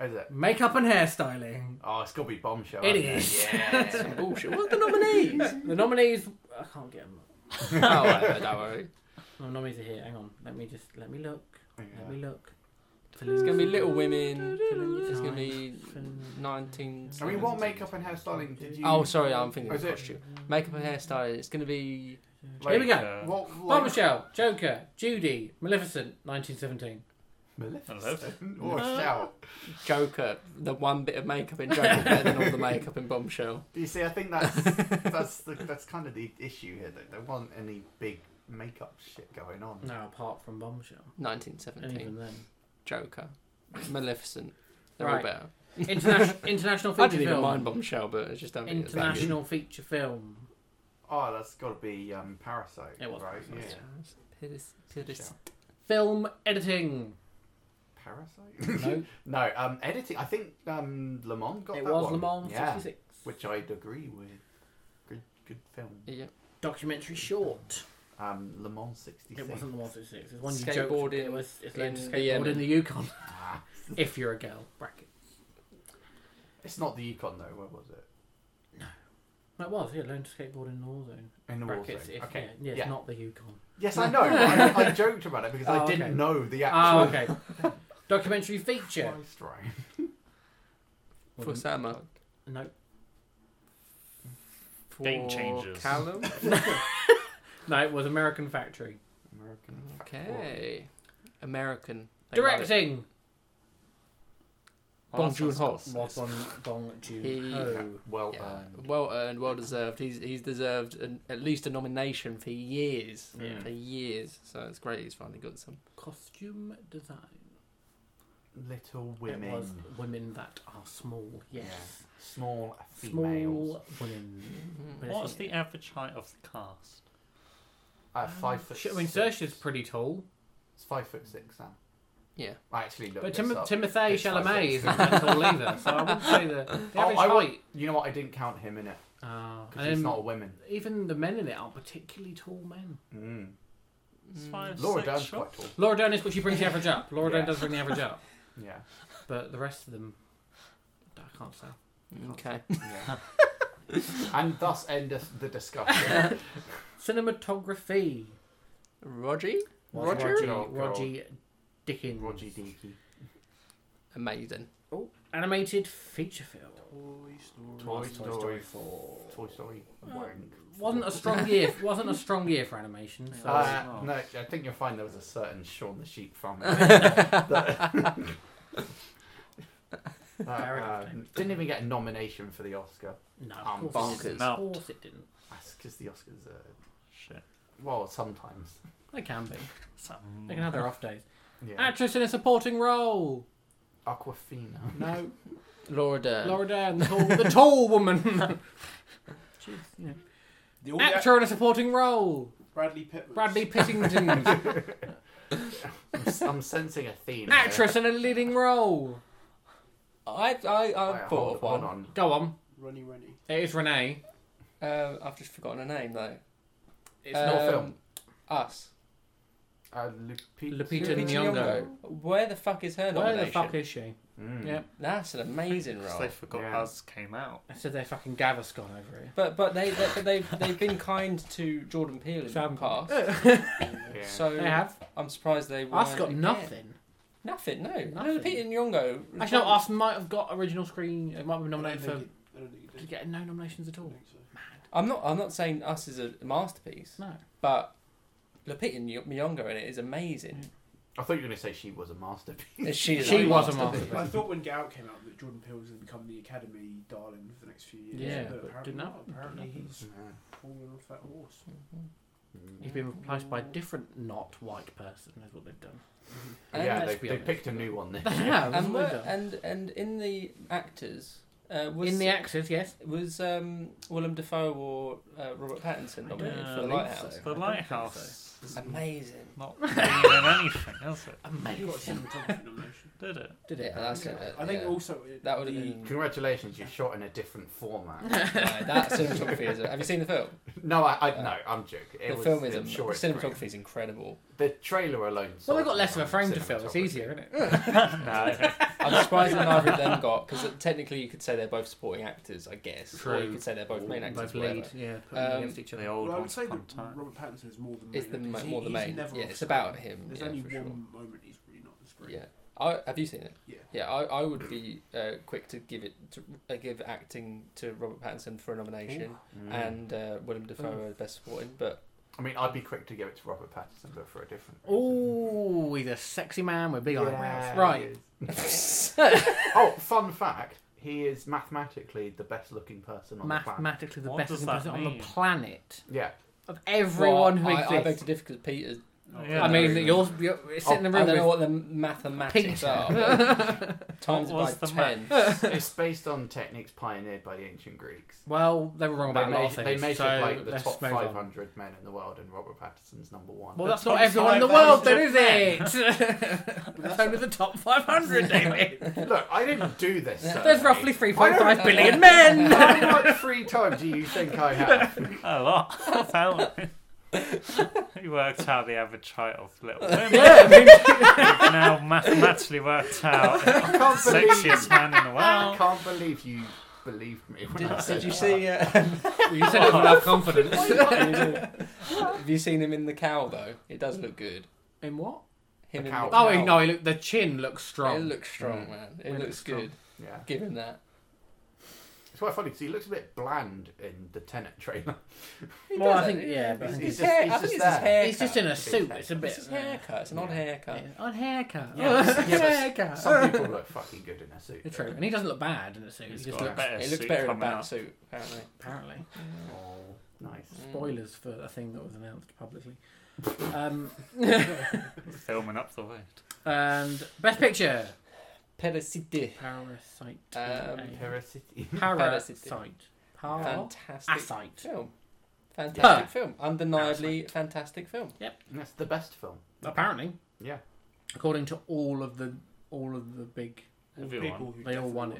A: Is it?
C: Makeup and hairstyling.
A: Oh, it's got to be bombshell.
C: It
A: hasn't
C: is. (laughs)
A: Yeah.
B: Bullshit. What are the nominees?
C: the nominees. I can't get them.
B: oh, (laughs) whatever, don't worry.
C: The nominees are here. Hang on. Let me just. Let me look. Let
A: yeah.
C: me look.
B: It's gonna be Little Women.
C: Filling your
B: It's gonna
C: time.
B: be 19.
A: I mean, what makeup and hairstyling did you?
B: Oh, sorry, I'm thinking of
A: Is it-
B: costume. Makeup and hairstyling. It's gonna be.
A: Like,
C: Here we go.
D: Uh,
A: What? like-
C: Bombshell, Joker, Judy, Maleficent, 1917.
A: Maleficent. Or
C: Uh.
A: a shout.
B: Joker, the one bit of makeup in Joker better than
C: (laughs)
B: all the makeup in Bombshell.
A: You see, I think that's that's the, that's kind of the issue here. That there wasn't any big makeup shit going on.
C: No, apart from Bombshell. And
B: 1917.
C: even then.
B: Joker, Maleficent. They're all
C: Right.
B: better. (laughs)
C: Interna- international
B: I
C: feature
B: didn't even
C: film.
B: mind Bombshell, but I just don't think it's that good.
C: International feature film.
A: Oh, that's got to be um, Parasite,
C: It was
A: right?
C: Parasite.
B: Piris- Piris-
C: Film editing.
A: Yeah. Parasite.
C: No,
A: (laughs) no, um, editing. I think um, Le Mans got
C: it
A: that
C: was
A: one.
C: Le Mans
A: yeah,
C: 66.
A: which I'd agree with. Good, good film.
B: Yeah.
C: Documentary short.
A: Um, Le Mans '66.
C: It wasn't Le Mans 66. It's one you
B: Skateboarding
C: joked it was. It's learned to
B: in
C: skateboard
B: the,
C: in the Yukon. (laughs)
A: Ah,
C: if you're a girl. Bracket.
A: it's not the Yukon though. Where was it?
C: That was, yeah, learn to skateboard in the war zone.
A: In the war zone.
C: Brackets, if,
A: Okay.
C: yeah, yeah, it's
A: Yeah.
C: not the Yukon.
A: Yes, I know. I,
C: (laughs)
A: I joked about it because
C: Oh,
A: I didn't
C: okay.
A: know the
C: Oh,
A: actual
C: okay. Documentary feature.
A: price right.
B: For Sama.
C: No,
B: For
D: Game changers. (laughs)
B: Callum.
C: no, it was American Factory.
A: American.
B: Okay. American. They love it.
C: Directing.
D: Oh, that's
B: Bong Joon-ho.
D: Oscars.
C: Was on Bong Joon
A: Oh,
C: Ho.
A: well
B: Yeah,
A: earned.
B: well earned, well deserved. He's he's deserved an, at least a nomination for years,
C: Yeah.
B: for years. So it's great he's finally got some.
C: Costume design.
A: Little
C: It was
A: Women.
C: women that are small. Yes.
A: Small females.
C: Small women. But I
D: What's
C: think-
D: the average height of the cast?
A: Uh, five foot.
C: Um, Shit, I mean,
A: six.
C: Saoirse's pretty tall,
A: It's five foot six, Sam.
B: Yeah.
A: I actually looked
C: but
A: this
C: Tim-
A: up.
C: Timothée
A: It's five
C: Chalamet
A: foot
C: isn't that tall either. So I would say the,
A: (laughs)
C: the
A: Oh,
C: average
A: I would-
C: height.
A: You know what? I didn't count him in it
C: Uh,
A: because
C: and
A: he's
C: then
A: not a woman.
C: even the men in it are particularly tall men.
A: Mm.
D: It's
B: Mm.
D: five,
A: Laura
D: six
A: Dern's
D: short.
A: quite tall.
C: Laura Dern is, but she brings the average up. Laura Dern
A: Yeah.
C: does bring the
A: (laughs)
C: average up,
A: Yeah.
C: but the rest of them, I can't say.
B: Okay.
A: yeah. and thus endeth the discussion.
C: Cinematography.
B: Roger?
A: Was
B: Roger?
A: Roger-
C: Roger, Roger Dickens.
A: Roger Deakey.
B: Amazing.
C: Animated feature film.
E: Toy
A: Toy
E: Story.
A: Story.
E: Four.
A: Toy Story.
C: Uh,
A: Wank.
C: Wasn't a
A: (laughs)
C: strong year. Wasn't a strong year for animation. So
A: Uh,
D: Oh.
A: No, I think you'll find there was a certain Shaun the Sheep family. (laughs) that that,
C: Fair
A: uh,
C: enough.
A: didn't even get a nomination for the Oscar.
C: no, of
A: I'm
C: course it didn't.
D: bonkers.
C: Of course it didn't.
A: That's because the Oscars are.
D: Shit.
A: Well, sometimes.
C: They can be.
D: Some-
C: They can have their off days.
A: Yeah.
C: Actress in a supporting role.
A: Aquafina.
C: No,
B: Laura Dern.
C: Laura Dern, the tall, the tall woman. She's, you know.
E: The only
C: Actor in a supporting role.
E: act- Bradley Pitt.
C: Bradley Pittington.
A: (laughs) I'm s- I'm sensing a theme. here.
C: Actress in a leading role.
B: I, I,
A: Wait,
B: I thought
A: hold-
B: of
A: hold
B: one.
A: on.
C: Go on.
E: Runny Rennie.
C: It is Renee.
B: Um, I've just forgotten her name, though. Um,
C: It's
A: Uh, not a film.
B: Us.
A: Uh, Lupita.
C: Lupita
B: Lupita
C: Nyong'o.
B: Nyong'o. Where the fuck is her
C: Where
B: nomination?
C: the fuck is she?
A: Mm.
C: Yeah.
B: That's an
D: (laughs)
B: amazing
D: Because
B: role.
D: they forgot
A: Yeah.
D: Us came out.
C: I said they're fucking Gaviscon over here.
B: But but they, they but they've they've been kind to Jordan Peele in the
C: Sam-
B: past.
A: Yeah.
B: So
C: They have.
B: I'm surprised they. were
C: Us got nothing.
B: Nothing. No. No.
C: Nothing.
B: Peter Nyong'o. was
C: Actually, no,
B: one-
C: Us might have got original screen. It might have been nominated
E: I
C: for.
E: don't think it- I don't think it did.
C: Did it get no nominations at
E: I don't
C: all?
E: think so.
B: I'm not. I'm not saying Us is a masterpiece,
C: No.
B: but Lupita Ny- Nyong'o in it is amazing.
A: I thought you were going to say she was a
C: (laughs)
A: masterpiece.
B: She is
C: She
B: a
C: was a
E: But I
C: masterpiece.
E: thought when Get Out came out that Jordan Peele was going to become the Academy darling for the next few years.
C: Yeah,
E: but,
C: but
E: apparently
C: didn't
E: not.
C: happen.
E: Apparently
C: Didn't
E: he's
A: Yeah.
E: fallen off that horse.
A: Mm.
C: He's been replaced by a different, not white person. Is what they've done.
B: And
A: yeah,
C: let's
A: they,
C: be
A: they
C: honest.
A: picked a new one this
C: They (laughs)
A: year.
C: have.
B: And
C: what they've
B: were-
C: done.
B: and and in the actors uh, was
C: in the actors, yes.
B: was um, Willem Dafoe or uh, Robert Pattinson nominated
D: don't
B: for the
D: believe
B: Lighthouse?
C: I
D: The
C: don't
D: lighthouse is
B: Amazing.
D: not doing anything, is it?
E: You got a
C: Amazing.
E: cinematography nomination.
D: Did it?
C: Did it?
B: Yeah, that's it.
E: I think
B: yeah.
E: also it,
B: that would
E: the,
B: have
A: (laughs)
B: been.
A: Congratulations, you shot in a different
C: (laughs)
A: format.
B: no, that cinematography is. Have you seen the film?
A: (laughs) no, I, I
B: Yeah.
A: no, I'm joking. It
B: the
A: was,
B: film is.
A: I'm
B: am-
A: sure
B: the
A: it's great.
B: cinematography is incredible.
A: The trailer alone.
C: Well,
A: sold
C: they've got less of a
A: on
C: frame to fill. It's
A: cinematography. (laughs)
C: easier, isn't it? (laughs)
D: No.
B: I'm surprised that neither of them got because technically you could say they're both supporting actors, I guess. Or you
C: True.
B: could say they're both main actors.
C: Both
B: whatever.
C: lead. Yeah. Put
B: Um,
C: them against each
D: the
C: other.
D: old
E: Well, I would
D: ones
E: say that
D: contact.
E: Robert Pattinson is more the main.
B: It's the
E: because
B: ma-
E: he-
B: more the
E: he's
B: main.
E: never
B: Yeah,
E: on
B: it's
E: screen.
B: about him.
E: There's
B: yeah,
E: only
B: for
E: one
B: sure.
E: moment he's really not on screen.
B: Yeah. I, have you seen it?
E: Yeah.
B: Yeah, I, I would be uh, quick to give it to uh, give acting to Robert Pattinson for a nomination
A: Mm.
B: and uh, Willem Dafoe as best supporting, but
A: I mean, I'd be quick to give it to Robert Pattinson, but for a different. reason.
C: Oh, he's a sexy man with big eyebrows.
A: Yeah,
C: Right.
A: he is. (laughs) oh, fun fact: he is mathematically the best-looking person on the planet.
C: mathematically the
D: What
C: best
D: does
C: person
D: that
C: on the
D: mean?
C: planet
A: Yeah,
C: of everyone
B: Well,
C: who
B: I, I beg to
C: exists.
B: differ because Peter's. Oh,
D: Yeah,
C: I, mean,
D: no,
C: you're, you're sitting in the
B: I
C: room
B: don't know what
C: with
B: the mathematics
C: Peter.
B: are. but (laughs) Times it by
D: What was the
B: ten.
A: it's based on techniques pioneered by the ancient Greeks.
C: well, they were wrong
A: They,
C: about a lot
A: made,
C: of
A: they
C: things.
A: measured
C: so
A: like the
C: let's
A: top
C: move on.
A: 500 men in the world, and Robert Pattinson's number one.
C: Well,
D: The
C: that's not
D: top
C: everyone in the
D: 500
C: world, then, is it? (laughs) that's only the top 500, David.
A: Look, I didn't do this.
C: (laughs) There's
A: survey.
C: roughly
A: I
C: 3.5
A: don't-
C: billion
A: How
C: men.
A: many like, three times do you think I have?
C: (laughs)
D: A lot. (laughs) Apparently. he worked out the average height of
C: (laughs)
D: Little Women. He now mathematically
C: (laughs)
D: worked out the
A: I can't believe.
D: sexiest man in the
A: I
D: world.
A: can't believe you believed me. When I
B: Did,
A: said
B: did you
A: that.
B: see? Uh, (laughs) have
C: you said (laughs) it without confidence.
B: you seen him in the cow though? It does look good.
C: in what?
B: Him
A: The
B: in
A: cow.
B: the
C: Oh,
B: cow.
C: wait, no, he look, the chin looks strong.
B: It looks strong, man. It,
C: It
B: looks,
C: looks strong.
B: good.
A: Yeah,
B: Give him that.
A: it's quite funny because he looks a bit bland in the Tenet trailer.
B: He
C: well, I
B: does
C: think,
B: it.
C: yeah.
A: He's-
C: But
B: His
A: he's just-
B: hair,
A: he's
B: I
A: just
B: think it's his
A: there.
B: haircut.
C: he's just in a suit. It's a
B: It's
C: bit.
B: his haircut. It's an odd
A: Yeah.
B: haircut.
C: Yeah, Odd haircut.
D: Yeah.
C: (laughs) Odd
A: Yeah, but
C: haircut.
A: Some
C: (laughs)
A: people look fucking good in a suit.
C: True, and he doesn't look bad in a suit.
D: He's
C: he just
D: got a
C: looks
D: better
B: It looks
D: suit
B: better in a
D: coming
B: bat
D: up.
B: suit, apparently.
C: apparently.
B: Mm.
A: Oh, nice.
C: Spoilers for a thing that was announced publicly. um,
D: Filming up the way.
C: and best picture.
B: Parasite.
C: Parasite.
B: Um,
A: Parasite.
C: Parasite.
B: Oh.
C: Parasite.
B: Fantastic
C: Parasite.
B: film. Fantastic film. Undeniably fantastic film.
A: (laughs) That's the best film.
C: Apparently,
A: Yeah.
C: according to all of the all of the big
E: All the
D: Everyone.
E: people who
C: They all
E: definitely
C: won it.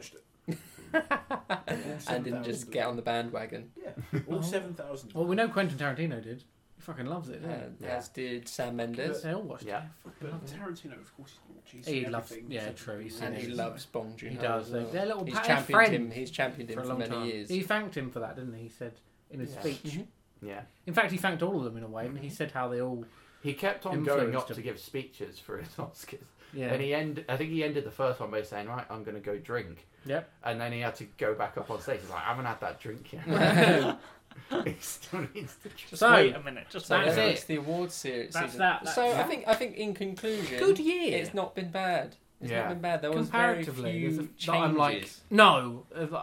E: watched All
B: (laughs) and didn't just
E: 7,000.
B: get on the bandwagon.
E: Yeah, all seven thousand.
C: Well, we know Quentin Tarantino did. He fucking loves it. doesn't he?
B: And uh, As did Sam Mendes.
C: They all watched
A: Yeah.
C: it. They
E: But
C: fucking loved it.
E: Tarantino, of course, he's watched. He's
C: He
E: seen
C: loves.
E: everything.
C: Yeah,
E: He's
C: true. He's seen
B: And he
C: it.
B: loves Bong Joon.
C: He does.
B: Well.
C: They're little
B: He's
C: pal-
B: championed
C: friends
B: him. He's championed him
C: for
B: for,
C: a long
B: many
C: time.
B: years.
C: He thanked him for that, didn't he? He said in his
A: Yeah.
B: (laughs)
C: speech.
A: Yeah.
C: In fact, he thanked all of them in a way, and he said how they all.
A: He kept on going
C: Influenced
A: up
C: him.
A: to give speeches for his (laughs) Oscars.
C: Yeah.
A: And he end I think he ended the first one by saying, Right, I'm gonna go drink.
C: Yep.
A: And then he had to go back up on stage. He's like, I haven't had that drink
C: (laughs)
B: Mm-hmm. (laughs)
A: yet. (laughs) he still needs to drink.
D: Just
C: So-
D: wait a minute. Just
C: So
D: wait a
C: that's
D: minute.
B: It's the awards series.
C: That's
B: season.
C: that, that's
B: so I
C: that.
B: think I think in conclusion,
C: Good year.
B: It's not been bad. It's
A: Yeah.
B: not been bad. There was very few
C: Comparatively, there's
B: changes.
C: a- I'm like no, I've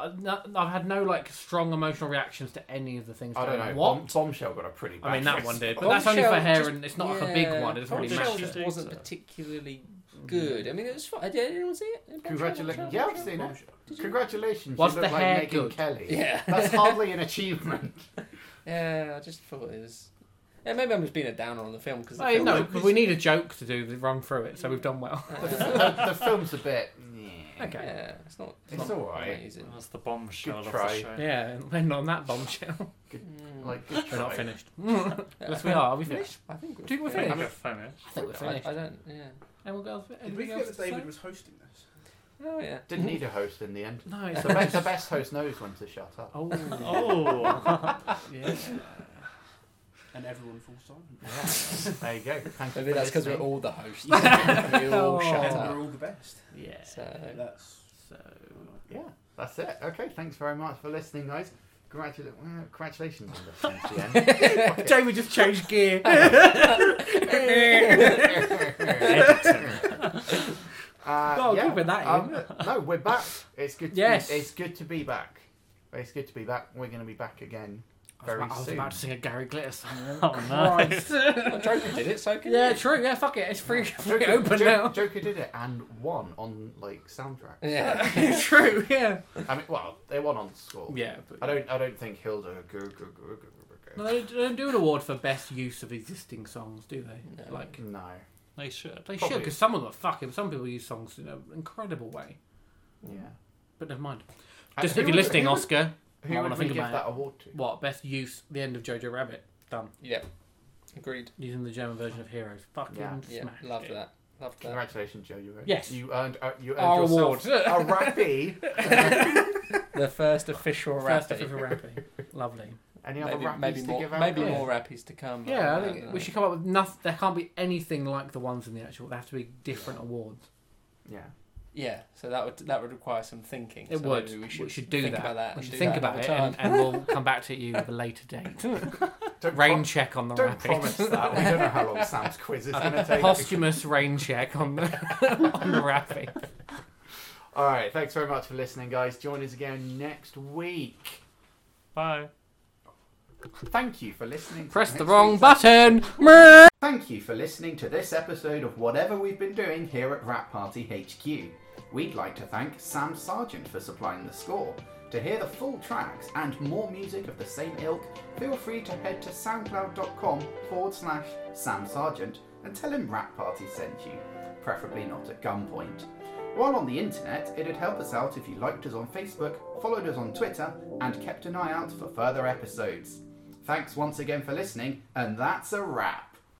C: I've had no like strong emotional reactions to any of the things.
A: I don't
C: going
A: know.
C: on.
A: Bomb-
C: What?
A: Bombshell got a pretty bad
C: I mean, that one did, but that's
B: Bombshell
C: only for hair,
B: just-
C: and it's not like a big
B: yeah,
C: one. It doesn't really
B: Bombshell
C: matter.
B: just
D: matter.
B: wasn't particularly good. I mean, it was fine. Did anyone see it? Bombshell,
A: Congratulations.
B: Bombshell,
A: Yeah, I've
B: Bombshell?
A: seen it. Congratulations. you
C: Was the
A: look
C: hair
A: like Megan
C: good?
A: Kelly.
C: (laughs)
B: Yeah.
A: That's hardly an achievement.
B: (laughs) Yeah, I just thought it was. Yeah, maybe I'm just being a downer on the film because
C: Mm. Well, no, but we
B: (laughs)
C: need a joke to do the run through it, so we've done well.
A: the, the, the film's a bit. yeah.
C: (laughs) Okay.
B: Yeah, it's not. It's,
A: It's
B: not
A: alright.
B: amazing.
D: That's the bombshell of
A: Good
D: the
A: try.
D: show.
C: Yeah, and then on that bombshell,
B: Mm.
C: (laughs)
A: Like, good
C: we're not
A: try.
C: finished.
B: Yeah,
C: yes, we are. Are we
A: Yeah.
C: finished?
B: Mm. I think.
C: Do you think we're
B: I think-
D: I think we're (laughs) finished.
C: I think we're
B: I,
C: finished.
B: I don't. Yeah.
C: Anyone else?
E: Did we
C: anything
E: forget
C: else
E: that
C: to
E: David
C: say?
E: was hosting this?
B: Oh (laughs) yeah.
A: Didn't need a host in the
B: (laughs)
A: end.
C: No, it's
A: The best, the (laughs) best host knows when to shut up.
C: Oh,
D: Oh,
E: Yeah. and everyone falls silent.
A: Yeah. there you go. Thank you
B: Maybe
A: for
B: that's because we're
A: listening.
B: all the
C: (laughs)
B: hosts. we all shut
E: And
B: up.
C: Oh.
E: we're all the best.
C: yeah.
B: So,
E: That's
C: (laughs) So
A: Yeah, that's it. Okay, thanks very much for listening, guys. Congratula- well, congratulations on the
B: (laughs)
A: thing to the end.
C: David just changed (laughs) gear.
A: Uh,
C: Oh,
A: yeah,
C: good with that,
A: um, no, we're back. It's good. To
C: Yes.
A: be, it's good to be back. It's good to be back. We're going to be back again very
C: I was
A: soon. (laughs)
C: about to sing a Gary Glitter (laughs) song.
B: (laughs)
D: Oh, no.
B: well, Joker did it, so can
C: yeah,
B: you.
C: true. Yeah, fuck it. It's free, free
A: Joker,
C: open
A: Jo-
C: now. (laughs)
A: Joker did it and won on like soundtrack.
B: Yeah.
C: (laughs) true. Yeah.
A: I mean, well, they won on score.
C: Yeah.
A: I
C: But
A: don't. I don't think Hilda. Go, go, go, go, go,
C: no, they don't- they don't do an award for best use of existing songs, do they?
B: No.
C: Like
A: go. No.
D: they should.
C: they should, 'cause should,
A: Probably.
C: because some of them are fucking. Some people use songs in an incredible way.
A: Yeah.
C: But never mind.
A: Uh,
C: Just
A: who
C: if
A: would-
C: you're
A: (laughs)
C: listening,
A: who would-
C: Oscar,
A: Who
C: I
A: would
C: wanna
A: we
C: think
A: give
C: about
A: that award to?
C: what best use? The end of Jojo Rabbit. Done.
B: yeah. Agreed.
C: Using the German version of Heroes. Fucking
A: Yeah.
B: Yeah.
C: smashed
B: Loved
C: it.
B: that. Loved that.
A: Congratulations, Joe. You earned,
C: Yes.
A: You earned. Uh, you earned
C: Our
A: yourself (laughs)
C: award.
A: a rappy.
B: (laughs) The first official
C: First
B: rap.
C: of all, rapping. Lovely.
A: Any other
B: Maybe,
A: rappies
B: maybe
A: to
B: more,
A: give out?
B: maybe
A: Yeah.
B: more rappies to come.
C: Yeah, I
B: don't
C: think
B: know.
C: we should come up with nothing. There can't be anything like the ones in the actual. They have to be different awards.
A: Yeah.
B: Yeah, so that would that would require some thinking.
C: It
B: so
C: would.
B: maybe
C: We
B: We
C: should,
B: should,
C: do
B: think
C: that.
B: about that.
C: We
B: and
C: should
B: do
C: think
B: that
C: about it,
B: another
C: and,
B: time.
C: and we'll come back to you at a later date.
A: Don't,
C: rain
A: pro-
C: check on the
A: don't promise
C: rapid.
A: that. We don't know how long Sam's quiz is going to take.
C: Posthumous rain check on the (laughs) on the rapping.
A: All right. Thanks very much for listening, guys. Join us again next week.
D: Bye.
A: Thank you for listening. to
C: Press the
A: next
C: wrong
A: week's-
C: button.
A: Thank you for listening to this episode of whatever we've been doing here at Rap Party HQ. We'd like to thank Sam Sargent for supplying the score. To hear the full tracks and more music of the same ilk, feel free to head to soundcloud.com forward slash Sam Sargent and tell him Rap Party sent you, preferably not at gunpoint. While on the internet, it'd help us out if you liked us on Facebook, followed us on Twitter, and kept an eye out for further episodes. Thanks once again for listening, and that's a wrap.